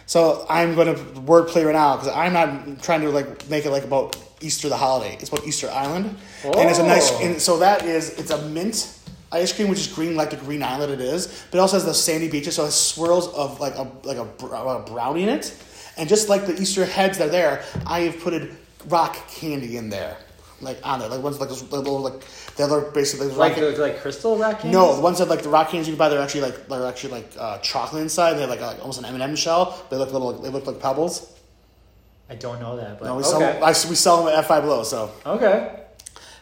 Speaker 1: So I'm going to wordplay right now because I'm not trying to like make it like about Easter the holiday. It's about Easter Island, and it's a nice.
Speaker 2: Oh.
Speaker 1: And so that is it's a mint ice cream, which is green like the green island it is, but it also has the sandy beaches, so it has swirls of like a like a, br- a brownie in it, and just like the Easter heads that are there, I have put rock candy in there. Like on there, like ones like those little like the other basically
Speaker 2: Like
Speaker 1: rock-
Speaker 2: the like crystal rock candies?
Speaker 1: no, the ones that like the rock candies you can buy, they're actually like they're actually like uh, chocolate inside. They have like, a- like almost an M and m shell. They look little. They look like pebbles.
Speaker 2: I don't know that, but
Speaker 1: No, we sell.
Speaker 2: okay.
Speaker 1: I, we sell them at Five Below. So
Speaker 2: okay.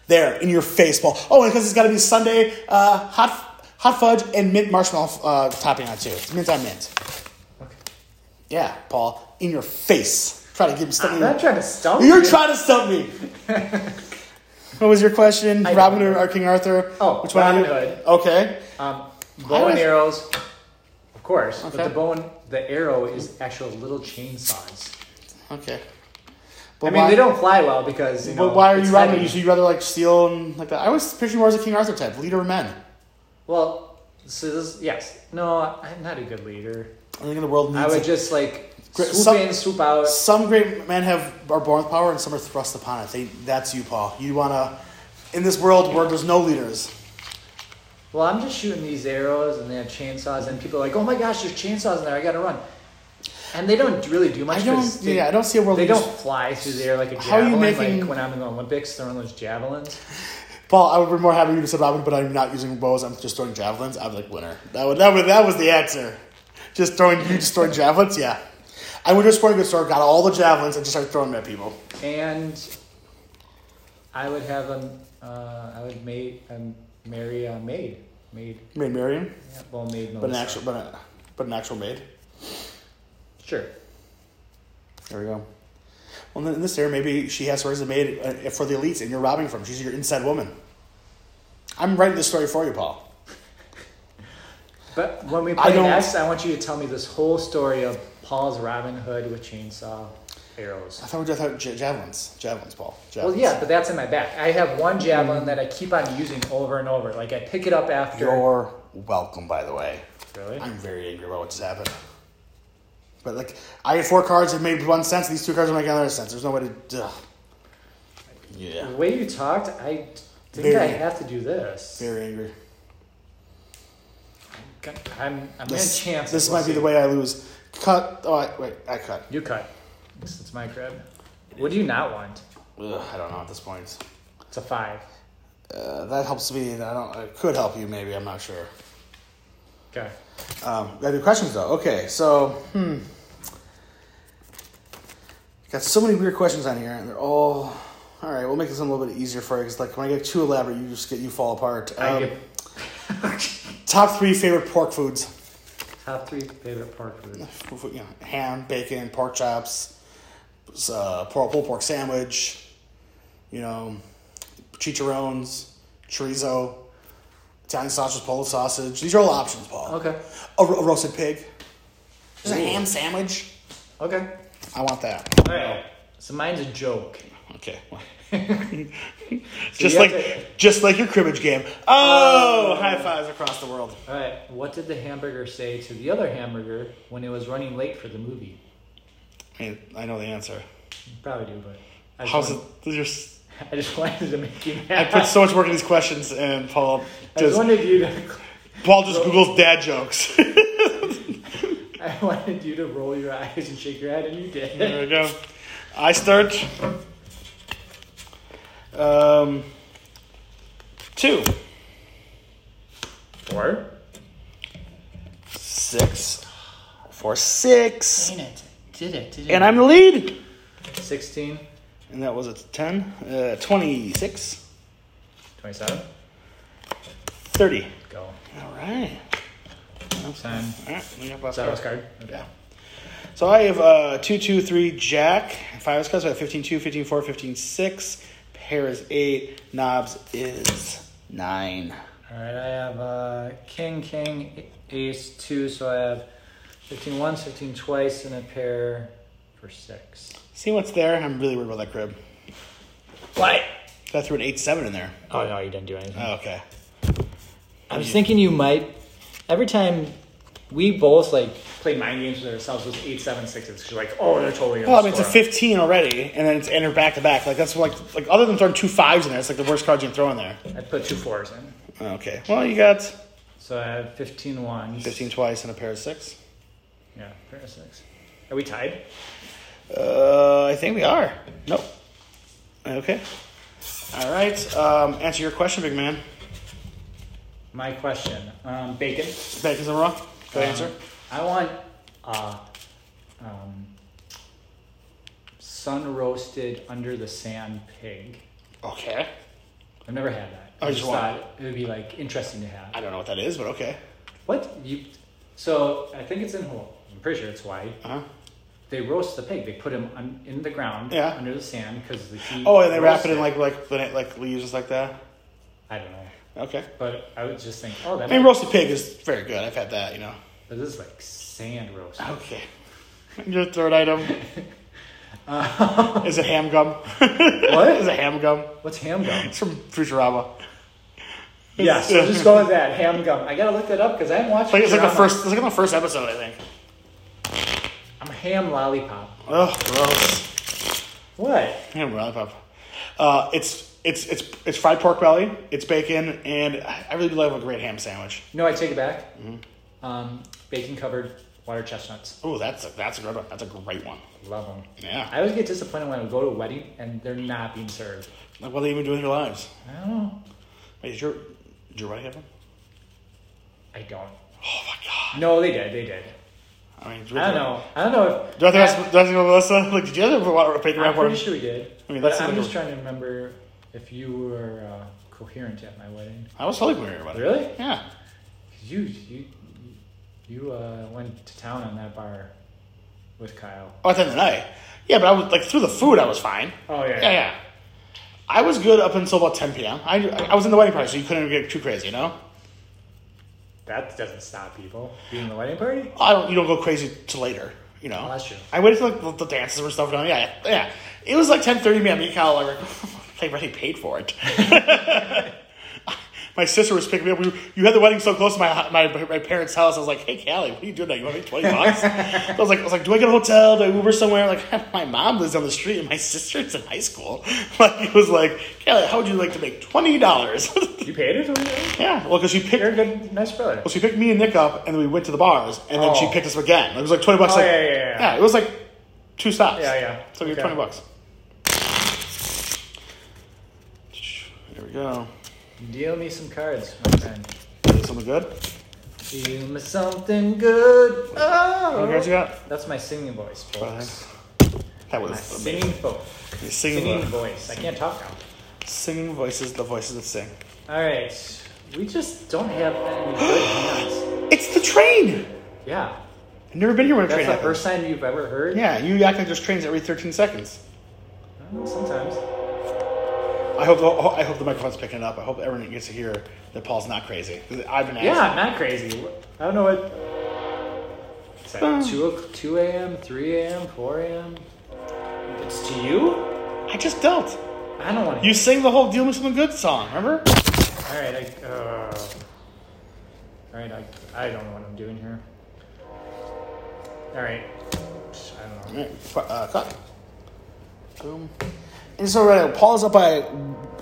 Speaker 1: there in your face, Paul. Oh, and because it's got to be Sunday, uh, hot hot fudge and mint marshmallow uh, topping on it, too. It's mint on mint.
Speaker 2: Okay.
Speaker 1: Yeah, Paul, in your face. Try to give me
Speaker 2: I'm
Speaker 1: something.
Speaker 2: not trying to stump
Speaker 1: You're
Speaker 2: you.
Speaker 1: trying to stump me. what was your question?
Speaker 2: I
Speaker 1: Robin
Speaker 2: don't
Speaker 1: Hood
Speaker 2: know.
Speaker 1: or King Arthur?
Speaker 2: Oh,
Speaker 1: which one? are
Speaker 2: Robin
Speaker 1: you-
Speaker 2: Hood.
Speaker 1: Okay.
Speaker 2: Um,
Speaker 1: I
Speaker 2: bow
Speaker 1: was-
Speaker 2: and arrows, of course.
Speaker 1: Okay.
Speaker 2: But the bow and the arrow is actual little chainsaws.
Speaker 1: Okay. But
Speaker 2: I mean,
Speaker 1: why-
Speaker 2: they don't fly well because you know.
Speaker 1: But why are
Speaker 2: it's
Speaker 1: you rather?
Speaker 2: heavy.
Speaker 1: You should rather like steal and like that. I always picture you more as a King Arthur type, leader of men.
Speaker 2: Well, so this, yes, no, I'm not a good leader.
Speaker 1: I think the world needs.
Speaker 2: I would
Speaker 1: it.
Speaker 2: just like
Speaker 1: Great-
Speaker 2: swoop
Speaker 1: some-
Speaker 2: in, swoop out.
Speaker 1: Some great men have are born with power, and some are thrust upon it. They, that's you, Paul. You wanna in this world where there's no leaders.
Speaker 2: Well, I'm just shooting these arrows and they have chainsaws, and people are like, "Oh my gosh, there's chainsaws in there! I gotta run." And they don't really do much.
Speaker 1: I
Speaker 2: for
Speaker 1: don't.
Speaker 2: this- They,
Speaker 1: yeah, I don't see a world.
Speaker 2: They
Speaker 1: leaders.
Speaker 2: don't fly through the air like a
Speaker 1: How are you
Speaker 2: javelin.
Speaker 1: making-
Speaker 2: Like when I'm in the Olympics, throwing those javelins.
Speaker 1: Paul, I would be more happy if you said Robin, but I'm not using bows. I'm just throwing javelins. I'm like winner. That would that would that was the answer. Just throwing you just throwing javelins. Yeah, I went to a sporting goods store, got all the javelins, and just started throwing them at people.
Speaker 2: And I would have a, uh, I would ma- um, marry a maid, maid,
Speaker 1: Maid Marian,
Speaker 2: yeah, well, maid.
Speaker 1: but an
Speaker 2: Melissa.
Speaker 1: actual, but, a, but an actual maid.
Speaker 2: Sure.
Speaker 1: There we go. Well, then in this era, maybe she has her as a maid uh, for the elites, and you're robbing from. She's your inside woman. I'm writing this story for you, Paul.
Speaker 2: But when we
Speaker 1: I
Speaker 2: play
Speaker 1: don't-
Speaker 2: next, I want you to tell me this whole story of Paul's Robin Hood with chainsaw arrows.
Speaker 1: I thought we just had ja- javelins, javelins, Paul.
Speaker 2: Well,
Speaker 1: Javelins.
Speaker 2: yeah, but that's in my back. I have one javelin that I keep on using over and over. Like I pick it up after.
Speaker 1: You're welcome, by the way.
Speaker 2: Really?
Speaker 1: I'm very angry about what just happened. But like, I had four cards that made one sense. and These two cards are making another sense. There's no way to. Ugh.
Speaker 2: The
Speaker 1: Yeah.
Speaker 2: way you talked, I think I
Speaker 1: Very.
Speaker 2: have to do this.
Speaker 1: Very angry.
Speaker 2: I'm, I'm
Speaker 1: This,
Speaker 2: gonna chance. it.
Speaker 1: this
Speaker 2: We'll
Speaker 1: might be the
Speaker 2: see.
Speaker 1: way I lose. Cut. Oh, I, wait. I cut.
Speaker 2: You cut. It's, it's my crib. What do you not want?
Speaker 1: Ugh, I don't know at this point.
Speaker 2: It's a five.
Speaker 1: Uh, that helps me. I don't. It could help you. Maybe I'm not sure.
Speaker 2: Okay.
Speaker 1: Um, got any questions though? Okay, so hmm, got so many weird questions on here, and they're all. All right, we'll make this one a little bit easier for you because, like, when I get too elaborate, you just get you fall apart.
Speaker 2: I
Speaker 1: Um,
Speaker 2: give
Speaker 1: Top three favorite pork foods:
Speaker 2: top three favorite pork food.
Speaker 1: F- you know, ham, bacon, pork chops, s- uh, pork, pulled pork sandwich. You know, chicharrones, chorizo, Italian sausage, Polish sausage. These are all options, Paul.
Speaker 2: Okay.
Speaker 1: A, ro- a roasted pig. Just a
Speaker 2: Ooh.
Speaker 1: ham sandwich.
Speaker 2: Okay.
Speaker 1: I want that.
Speaker 2: All right. So mine's a joke.
Speaker 1: Okay. just
Speaker 2: you
Speaker 1: like
Speaker 2: have to-
Speaker 1: just like your cribbage game. Oh, high fives across the world.
Speaker 2: All right. What did the hamburger say to the other hamburger when it was running late for the movie?
Speaker 1: I mean, I know the answer.
Speaker 2: You probably do, but I just,
Speaker 1: How's it?
Speaker 2: wanted,
Speaker 1: These are s-
Speaker 2: I just wanted to make you
Speaker 1: I
Speaker 2: mad.
Speaker 1: put so much work in these questions, and Paul
Speaker 2: I just
Speaker 1: just
Speaker 2: wanted you to.
Speaker 1: Paul just googles dad jokes.
Speaker 2: I wanted you to roll your eyes and shake your head, and you did.
Speaker 1: There we go. I start. Um, two,
Speaker 2: Four.
Speaker 1: six, four, six,
Speaker 2: Dang it! Did it? Did it?
Speaker 1: and I'm the lead.
Speaker 2: sixteen.
Speaker 1: And that was a ten, uh, twenty-six,
Speaker 2: 27.
Speaker 1: thirty.
Speaker 2: Go.
Speaker 1: All right.
Speaker 2: Time.
Speaker 1: All right. We got last
Speaker 2: Is that last
Speaker 1: card.
Speaker 2: card? Okay.
Speaker 1: Yeah. So I have uh, two, two, three, jack, five is cuts. So I have 15, two, 15, four, 15, six. Pair is eight. Knobs is nine.
Speaker 2: All right, I have uh, king, king, ace, two, so I have 15 once, 15 twice, and a pair for six.
Speaker 1: See what's there? I'm really worried about that crib.
Speaker 2: What?
Speaker 1: I threw an eight seven in there.
Speaker 2: Oh, no, you didn't do anything.
Speaker 1: Oh, okay.
Speaker 2: I was thinking you might. Every time we both, like, played mind games with ourselves, it was eight, seven, sixes, because you're like, oh, they're totally going
Speaker 1: Well, I mean, it's a 15 already, and then it's entered back to back. Like that's like like other than throwing two fives in there, it's like the worst cards you can throw in there.
Speaker 2: I put two fours in.
Speaker 1: Oh, Okay. Well, you got
Speaker 2: So I have 15 ones.
Speaker 1: 15 twice and a pair of six.
Speaker 2: Yeah, pair of six. Are we tied?
Speaker 1: Uh, I think we are. Nope. Okay. All right. Um, answer your question, big man.
Speaker 2: My question. Um, bacon.
Speaker 1: Bacon's in raw. Good
Speaker 2: Um,
Speaker 1: answer.
Speaker 2: I want uh, um, sun roasted under the sand pig.
Speaker 1: Uh, Okay.
Speaker 2: I've never had that.
Speaker 1: I just want-
Speaker 2: thought it would be like interesting to have.
Speaker 1: I don't know what that is, but okay.
Speaker 2: What you? So I think it's in Hawaii. I'm pretty sure it's Hawaii.
Speaker 1: Uh huh.
Speaker 2: They roast the pig. They put him un- in the ground
Speaker 1: Yeah.
Speaker 2: under the sand because the heat.
Speaker 1: Oh, and they wrap
Speaker 2: roasts
Speaker 1: it in like like like, like leaves, just like that.
Speaker 2: I don't know,
Speaker 1: Okay.
Speaker 2: but I would just think, oh, that.
Speaker 1: I mean,
Speaker 2: might-
Speaker 1: roasted pig is very good. I've had that, you know.
Speaker 2: but this is like sand roast.
Speaker 1: Okay. Your third item. is it ham gum?
Speaker 2: what?
Speaker 1: is it ham gum?
Speaker 2: What's ham gum?
Speaker 1: It's from Futurama.
Speaker 2: Yes, we'll just go with that. Ham gum. I gotta look that up because I haven't watched
Speaker 1: It's like, it's like the
Speaker 2: Futurama.
Speaker 1: first. It's like in the first episode, I think.
Speaker 2: I'm a ham lollipop.
Speaker 1: Oh, gross.
Speaker 2: What?
Speaker 1: Ham lollipop. Uh, it's it's it's it's fried pork belly. It's bacon, and I I really do love a great ham sandwich.
Speaker 2: No, I take it back. Um, bacon covered water chestnuts.
Speaker 1: Oh, that's a, that's a good one. That's a great one.
Speaker 2: Love them.
Speaker 1: Yeah.
Speaker 2: I always get disappointed when I go to a wedding and they're not being served.
Speaker 1: Like, what are they even doing with their lives?
Speaker 2: I don't know.
Speaker 1: Wait, did your did your wedding have one?
Speaker 2: I don't.
Speaker 1: Oh my god.
Speaker 2: No, they did. They did.
Speaker 1: I mean, it's
Speaker 2: I don't know. I don't know if.
Speaker 1: Do I
Speaker 2: I-
Speaker 1: have to, do I have to go, Melissa? Like, did you ever want to pick a
Speaker 2: I'm
Speaker 1: rap
Speaker 2: pretty sure we did.
Speaker 1: I mean, that's
Speaker 2: but I'm
Speaker 1: like a-
Speaker 2: just trying to remember if you were uh, coherent at my wedding.
Speaker 1: I was totally worried about it.
Speaker 2: Really?
Speaker 1: Yeah.
Speaker 2: 'Cause You you you uh, went to town on that bar with Kyle.
Speaker 1: Oh, at the end of the night. Yeah, but I was like through the food, I was fine.
Speaker 2: Oh
Speaker 1: Yeah, yeah. I was good up until about 10 p.m. I, I was in the wedding party, so you couldn't get too crazy, you know.
Speaker 2: That doesn't stop people being in the wedding party.
Speaker 1: I don't. You don't go crazy till later, you know.
Speaker 2: Oh, that's true.
Speaker 1: I waited till like, the, the dances were stuff going. Yeah, yeah. It was like 10:30 p.m. Me and Kyle like, they already paid for it. my sister was picking me up. We, were- you had the wedding so close to my, my my parents' house. I was like, "Hey, Callie, what are you doing now? You want me twenty bucks?" I was like, "I was like, do I get a hotel? Do I Uber somewhere?" Like, my mom lives on the street, and my sister's in high school. Like, it was like, "Callie, how would you like to make twenty dollars?"
Speaker 2: You paid it. Or you-
Speaker 1: yeah, well, because she picked
Speaker 2: You're a good, nice brother.
Speaker 1: well, she picked me and Nick up, and then we went to the bars, and then she
Speaker 2: Oh.
Speaker 1: picked us up again. It was like twenty bucks.
Speaker 2: Oh,
Speaker 1: like,
Speaker 2: yeah, yeah, yeah.
Speaker 1: it was like two stops.
Speaker 2: Yeah, yeah.
Speaker 1: So we were
Speaker 2: Okay.
Speaker 1: twenty bucks. There we go.
Speaker 2: Deal me some cards, my friend.
Speaker 1: Is something good?
Speaker 2: Deal me something good.
Speaker 1: What cards you
Speaker 2: Oh,
Speaker 1: got?
Speaker 2: that's my singing voice, folks.
Speaker 1: That was
Speaker 2: My
Speaker 1: amazing.
Speaker 2: singing folk.
Speaker 1: Singing,
Speaker 2: Singing
Speaker 1: vo-
Speaker 2: voice. I can't talk now.
Speaker 1: singing voices, the voices that sing.
Speaker 2: All right, we just don't have any good hands.
Speaker 1: It's the train.
Speaker 2: Yeah,
Speaker 1: I've never been here when a
Speaker 2: that's
Speaker 1: train
Speaker 2: the
Speaker 1: happens.
Speaker 2: first time you've ever heard.
Speaker 1: Yeah, you act like there's trains every thirteen seconds.
Speaker 2: Well, Oh, Sometimes.
Speaker 1: I hope the, I hope the microphone's picking it up. I hope everyone gets to hear that Paul's not crazy. 'Cause I've been
Speaker 2: Yeah,
Speaker 1: asking.
Speaker 2: I'm not crazy. I don't know what. It's like
Speaker 1: Uh.
Speaker 2: 2, o- 2 a.m., 3 a.m., 4 a.m. It's to you?
Speaker 1: I just don't.
Speaker 2: I don't want to.
Speaker 1: You sing the whole "Deal Me Something Good" song, remember?
Speaker 2: All right, I. Uh, all right, I, I don't know what I'm doing here. All right, I don't know.
Speaker 1: Alright, fu- uh, cut. Boom. And so right now, Paul's up by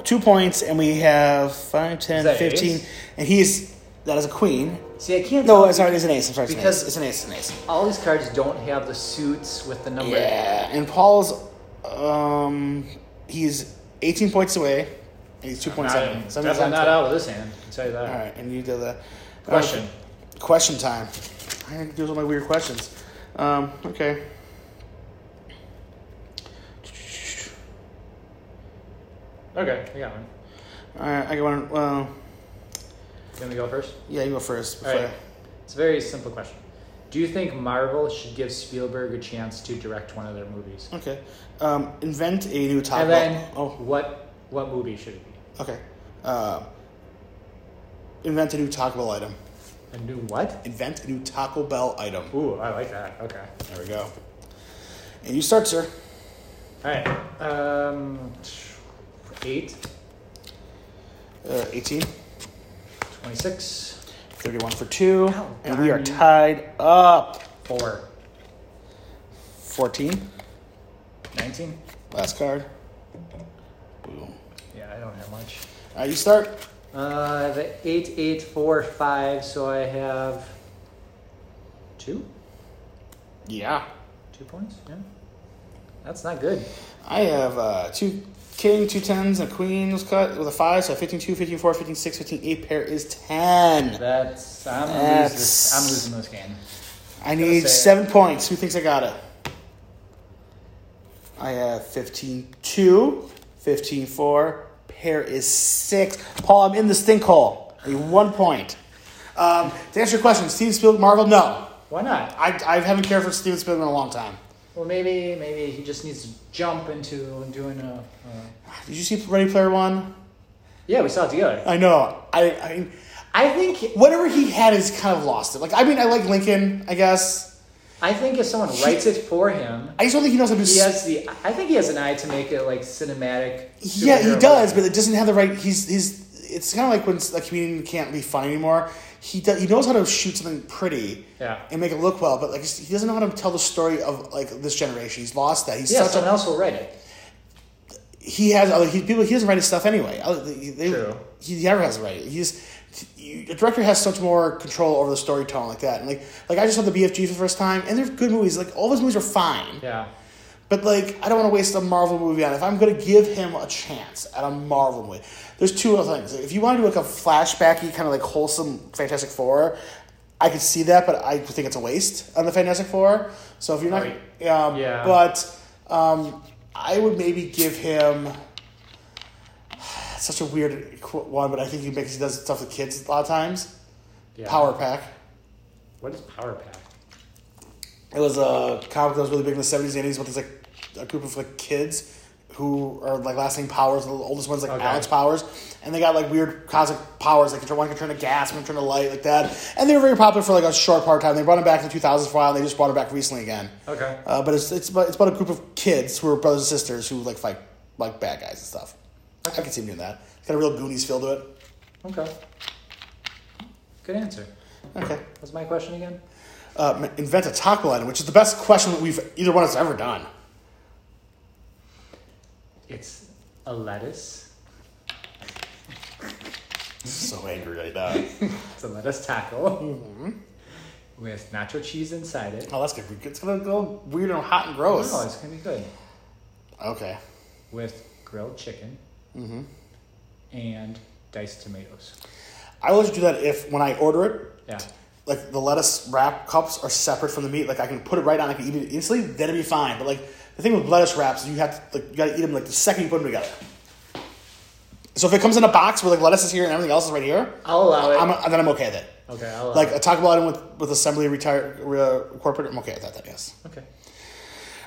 Speaker 1: two points, and we have 5, 10,
Speaker 2: Is that
Speaker 1: 15.
Speaker 2: ace?
Speaker 1: And he's, that is a queen.
Speaker 2: See, I can't.
Speaker 1: No, uh,
Speaker 2: tell
Speaker 1: sorry, it's an ace. I'm sorry, it's an
Speaker 2: Because-
Speaker 1: ace. It's an ace, it's an ace.
Speaker 2: all these cards don't have the suits with the number.
Speaker 1: Yeah, and Paul's, um, he's 18 points away, and he's two
Speaker 2: Not,
Speaker 1: points out. So that means
Speaker 2: definitely
Speaker 1: I'm
Speaker 2: not out of this hand. I can tell you that.
Speaker 1: All right, and you did the
Speaker 2: Question.
Speaker 1: Uh, question time. I had to do all my weird questions. Um, okay.
Speaker 2: Okay, I got one.
Speaker 1: All right, I got one. uh, Well,
Speaker 2: You want me to go first?
Speaker 1: yeah, you go first.
Speaker 2: All
Speaker 1: before
Speaker 2: right. It's a very simple question. Do you think Marvel should give Spielberg a chance to direct one of their movies?
Speaker 1: I- Okay. Um, invent a new topic.
Speaker 2: And then,
Speaker 1: oh,
Speaker 2: what what movie should it be?
Speaker 1: okay. Uh, invent a new Taco Bell item.
Speaker 2: A new what?
Speaker 1: Invent a new Taco Bell item.
Speaker 2: Ooh, I like that. Okay.
Speaker 1: There we go. And you start, sir.
Speaker 2: All right. Um, eight,
Speaker 1: Uh, 18,
Speaker 2: 26,
Speaker 1: 31 for two.
Speaker 2: Ow,
Speaker 1: and we are
Speaker 2: darn you.
Speaker 1: tied up.
Speaker 2: four,
Speaker 1: 14.
Speaker 2: 19.
Speaker 1: Last card. Boom.
Speaker 2: Yeah, I don't have much.
Speaker 1: All right, you start.
Speaker 2: Uh, I have a eight, eight, four, five. So I have two,
Speaker 1: Yeah.
Speaker 2: two points. Yeah, that's not good.
Speaker 1: I have uh, two king, two tens, and a queen was cut with a five, so 15, 2, 15, 4, 15, 6, 15, 8 pair is 10.
Speaker 2: That's I'm losing
Speaker 1: That's-
Speaker 2: this. I'm losing this game.
Speaker 1: I need
Speaker 2: say-
Speaker 1: 7 points. Who thinks I got it? I have 15, 2, 15, 4, pair is 6. Paul, I'm in the stink hole. I need one point. Um, to answer your question, Steven Spielberg, Marvel, no.
Speaker 2: Why not?
Speaker 1: I, I haven't cared for Steven Spielberg in a long time.
Speaker 2: Well, maybe maybe he just needs to jump into doing a. Uh,
Speaker 1: Did you see Ready Player One?
Speaker 2: yeah, we saw it together.
Speaker 1: I know. I, I mean,
Speaker 2: I think
Speaker 1: whatever he had is kind of lost it. Like, I mean, I like Lincoln, I guess.
Speaker 2: I think if someone writes it for him,
Speaker 1: I just don't think he knows how to do.
Speaker 2: he
Speaker 1: s-
Speaker 2: has the. I think he has an eye to make it like cinematic.
Speaker 1: yeah, he
Speaker 2: superhero.
Speaker 1: does, but it doesn't have the right. He's he's. It's kind of like when a comedian can't be funny anymore. He does, he knows how to shoot something pretty
Speaker 2: Yeah.
Speaker 1: and make it look well, but like he doesn't know how to tell the story of like this generation. He's lost that. He's
Speaker 2: Yeah,
Speaker 1: such
Speaker 2: someone
Speaker 1: a,
Speaker 2: else will write it.
Speaker 1: he has other he, people. He doesn't write his stuff anyway. Other- They, they-
Speaker 2: True.
Speaker 1: He never has to write. it. He's you, a director has such more control over the storytelling like that. And like like I just saw the BFG for the first time, and they're good movies. Like all those movies are fine.
Speaker 2: Yeah.
Speaker 1: But like, I don't want to waste a Marvel movie on. it. If I'm going to give him a chance at a Marvel movie, there's two other things. If you want to do like a flashbacky kind of like wholesome Fantastic Four, I could see that, but I think it's a waste on the Fantastic Four. So if you're not,
Speaker 2: Right.
Speaker 1: um,
Speaker 2: Yeah.
Speaker 1: But um, I would maybe give him. it's Such a weird qu- one, but I think he makes he does stuff with kids a lot of times.
Speaker 2: yeah.
Speaker 1: Power Pack.
Speaker 2: What is Power Pack?
Speaker 1: It was a comic that was really big in the seventies and eighties, but there's like a group of like kids who are like last name Powers. The oldest one's like
Speaker 2: Okay.
Speaker 1: Alex Powers, and they got like weird cosmic powers. Like one can turn to gas, one can turn to light, like that. And they were very popular for like a short part of time. They brought them back in the two thousands for a while. and They just brought them back recently again.
Speaker 2: Okay.
Speaker 1: Uh, but it's it's about, it's about a group of kids who are brothers and sisters who like fight like bad guys and stuff. I can see him doing that. It's got a real Goonies feel to it.
Speaker 2: Okay. Good answer.
Speaker 1: Okay.
Speaker 2: What's my question again?
Speaker 1: Uh, invent a taco item, which is the best question that we've either one has ever done.
Speaker 2: It's a lettuce.
Speaker 1: So angry right now.
Speaker 2: It's a lettuce taco
Speaker 1: Mm-hmm.
Speaker 2: with nacho cheese inside it.
Speaker 1: Oh, that's gonna be good. It's gonna go weird and hot and gross.
Speaker 2: Oh, it's gonna be good
Speaker 1: Okay.
Speaker 2: with grilled chicken
Speaker 1: Mm-hmm.
Speaker 2: and diced tomatoes.
Speaker 1: I always do that if when I order it,
Speaker 2: Yeah.
Speaker 1: like the lettuce wrap cups are separate from the meat. Like I can put it right on, I can eat it instantly, then it'd be fine. But like the thing with lettuce wraps, is you have to like you gotta eat them like the second you put them together. So if it comes in a box where like lettuce is here and everything else is right here,
Speaker 2: I'll allow it.
Speaker 1: I'm, then I'm okay with it.
Speaker 2: okay, I'll uh, allow
Speaker 1: Like
Speaker 2: it.
Speaker 1: a Taco Bell item with with assembly retire uh, corporate, I'm okay with that. Then yes.
Speaker 2: Okay.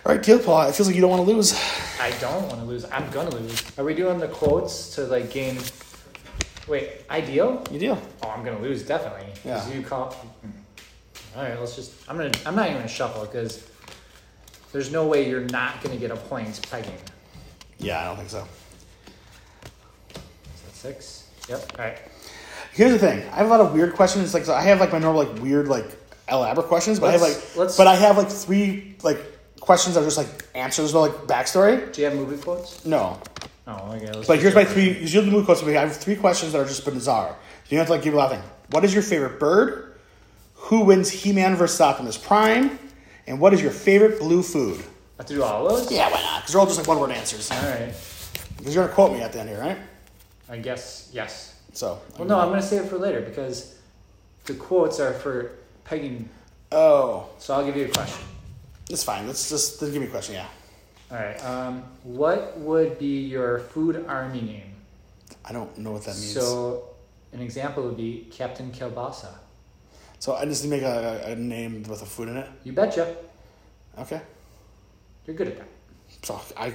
Speaker 1: All right, deal, Paul. It feels like you don't want to lose.
Speaker 2: I don't want to lose. I'm gonna lose. Are we doing the quotes to like gain? Wait, ideal?
Speaker 1: You deal.
Speaker 2: Oh, I'm gonna lose definitely. 'Cause
Speaker 1: Yeah.
Speaker 2: You call. All right, let's just. I'm gonna. I'm not even gonna shuffle because there's no way you're not gonna get a point pegging.
Speaker 1: Yeah, I don't think so.
Speaker 2: Six. Yep. All right.
Speaker 1: Here's the thing. I have a lot of weird questions. Like so I have like my normal like weird like elaborate questions, but I have like
Speaker 2: Let's- let's-
Speaker 1: but I have like three like questions that are just like answers, no like backstory.
Speaker 2: Do you have movie quotes?
Speaker 1: No.
Speaker 2: Oh, okay. Let's
Speaker 1: Like here's my three. Here's the mood quotes. I have three questions that are just bizarre. You don't have to like give a lot of things. What is your favorite bird? Who wins He-Man versus Optimus Prime? And what is your favorite blue food?
Speaker 2: Have to do all those.
Speaker 1: Yeah, why not? Because they're all just like one-word answers.
Speaker 2: All right.
Speaker 1: Because you're gonna quote me at the end here, right?
Speaker 2: I guess yes.
Speaker 1: So.
Speaker 2: Well, no, I'm gonna save it for later because the quotes are for pegging.
Speaker 1: Oh,
Speaker 2: So I'll give you a question.
Speaker 1: it's fine. Let's just then give me a question. Yeah,
Speaker 2: All right. Um, what would be your food army name?
Speaker 1: I don't know what that means. So,
Speaker 2: So an example would be Captain Kielbasa.
Speaker 1: I just need to make a, a- a name with a food in it.
Speaker 2: You betcha.
Speaker 1: Okay.
Speaker 2: You're good at that.
Speaker 1: So I,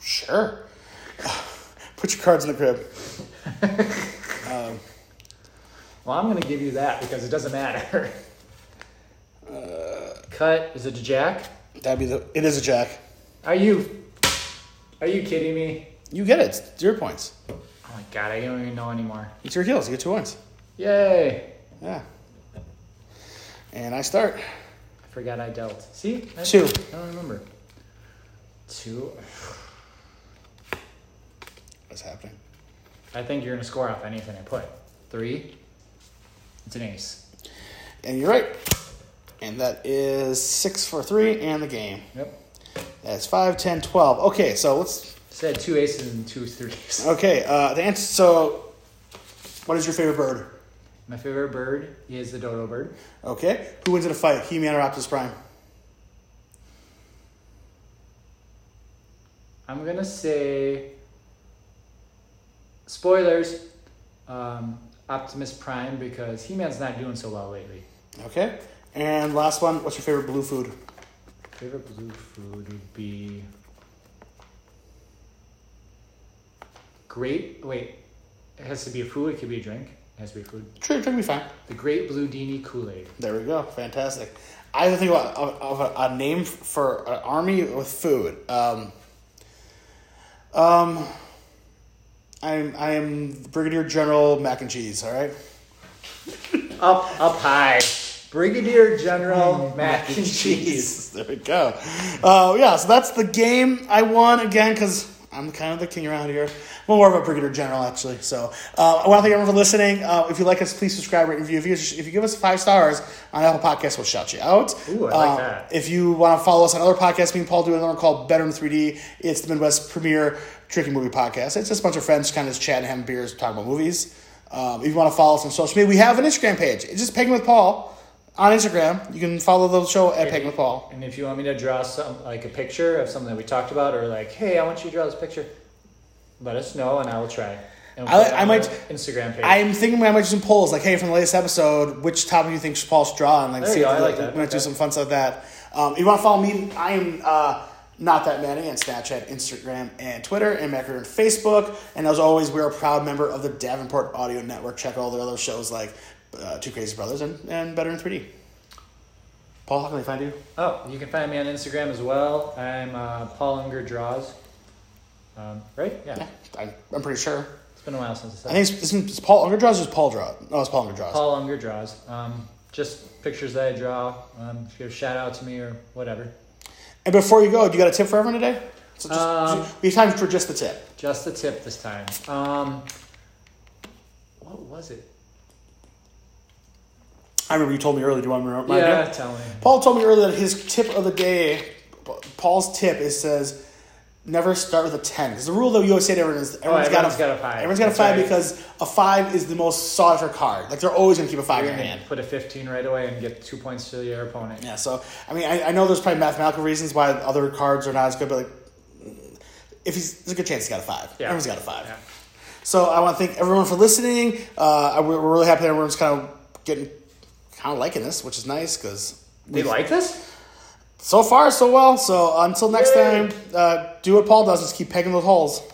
Speaker 1: sure. Put your cards in the crib.
Speaker 2: Well, I'm gonna give you that because it doesn't matter.
Speaker 1: Uh,
Speaker 2: Cut. Is it a jack?
Speaker 1: That'd be the. It is a jack.
Speaker 2: Are you? Are you kidding me?
Speaker 1: You get it. It's your points.
Speaker 2: Oh my god, I don't even know anymore.
Speaker 1: It's your heels. You get two points.
Speaker 2: Yay!
Speaker 1: Yeah. And I start.
Speaker 2: I forgot I dealt. See? I-
Speaker 1: Two.
Speaker 2: I don't remember. Two.
Speaker 1: What's happening?
Speaker 2: I think you're gonna score off anything I put. Three. It's an ace.
Speaker 1: And you're right. And that is six for three and the game.
Speaker 2: Yep.
Speaker 1: That's five, ten, twelve. Okay, so let's.
Speaker 2: Said two aces and two threes.
Speaker 1: Okay, uh, the answer. So, what is your favorite bird?
Speaker 2: My favorite bird is the dodo bird.
Speaker 1: Okay. Who wins in a fight, He Man or Optimus Prime?
Speaker 2: I'm gonna say spoilers. Um, Optimus Prime because He Man's not doing so well lately.
Speaker 1: Okay. And last one, what's your favorite blue food?
Speaker 2: Favorite blue food would be great. Wait, it has to be a food. It could be a drink. It has to be food.
Speaker 1: Sure, drink me fine.
Speaker 2: The Great Blue Dini Kool Aid.
Speaker 1: There we go. Fantastic. I have to think about of, of a, a name for an army with food. Um, um, I'm I am Brigadier General Mac and Cheese. All right.
Speaker 2: Up, up high. Brigadier General Mac and Cheese.
Speaker 1: There we go. Uh, yeah. So that's the game. I won again because I'm kind of the king around here. I'm more of a Brigadier General actually. So uh, I want to thank everyone for listening. Uh, if you like us, please subscribe, rate, review. If you if you give us five stars on Apple Podcasts, we'll shout you out.
Speaker 2: Ooh, I like
Speaker 1: Uh,
Speaker 2: that.
Speaker 1: If you want to follow us on other podcasts, me and Paul do another one called Better in 3D. It's the Midwest premier drinking movie podcast. It's just a bunch of friends kind of just chatting, having beers, talking about movies. Um, if you want to follow us on social media, we have an Instagram page. It's just Pegging with Paul on Instagram. You can follow the show at Pegging with Paul.
Speaker 2: And if you want me to draw some, like a picture of something that we talked about, or like, hey, I want you to draw this picture, let us know and I will try. And
Speaker 1: I-
Speaker 2: put it
Speaker 1: I
Speaker 2: on
Speaker 1: might-
Speaker 2: the Instagram page.
Speaker 1: I'm thinking I might do some polls, like, hey, from the latest episode, which topic do you think Paul should draw? And like,
Speaker 2: There you
Speaker 1: see,
Speaker 2: go, I
Speaker 1: if-
Speaker 2: like that.
Speaker 1: we might do
Speaker 2: Okay.
Speaker 1: some fun stuff like that. Um, if you want to follow me, I am uh, not that Manny on Snapchat, Instagram, and Twitter, and Macker and Facebook. And as always, we're a proud member of the Davenport Audio Network. Check all the other shows like uh, Two Crazy Brothers and, and Better in 3D. Paul, how can they find you?
Speaker 2: Oh, you can find me on Instagram as well. I'm uh, Paul Unger Draws. Um, right? Yeah.
Speaker 1: Yeah, I'm, I'm pretty sure.
Speaker 2: It's been a while since I said
Speaker 1: I think it's, it's, it's Paul Unger draws or it's Paul draw? No, it's Paul Unger draws.
Speaker 2: Paul Unger Draws. Um, just pictures that I draw. Um, if you have a shout out to me or whatever.
Speaker 1: And before you go, do you got a tip for everyone today? So just,
Speaker 2: Um,
Speaker 1: we have time for just the tip.
Speaker 2: Just the tip this time. Um, what was it?
Speaker 1: I remember you told me earlier. Do you want me to remind
Speaker 2: yeah,
Speaker 1: you?
Speaker 2: tell me.
Speaker 1: Paul told me earlier that his tip of the day, Paul's tip is says, never start with a ten. Because the rule that we always say to everyone is everyone's
Speaker 2: Oh, everyone's got a five.
Speaker 1: Everyone's got a
Speaker 2: That's
Speaker 1: five
Speaker 2: right.
Speaker 1: because a five is the most sought after card. Like they're always gonna keep a five in
Speaker 2: You're
Speaker 1: their
Speaker 2: gonna
Speaker 1: hand.
Speaker 2: put a 15 right away and get two points to your opponent.
Speaker 1: Yeah. So I mean, I, I know there's probably mathematical reasons why other cards are not as good, but like. If he's, there's a good chance he's got a five.
Speaker 2: Yeah.
Speaker 1: Everyone's got a five.
Speaker 2: Yeah.
Speaker 1: So I want to thank everyone for listening. Uh, I- we're we're really happy that everyone's kind of getting, kind of liking this, which is nice because
Speaker 2: They like this?
Speaker 1: So far, so well. So until next
Speaker 2: Yay.
Speaker 1: time, uh, do what Paul does: just keep pegging those holes.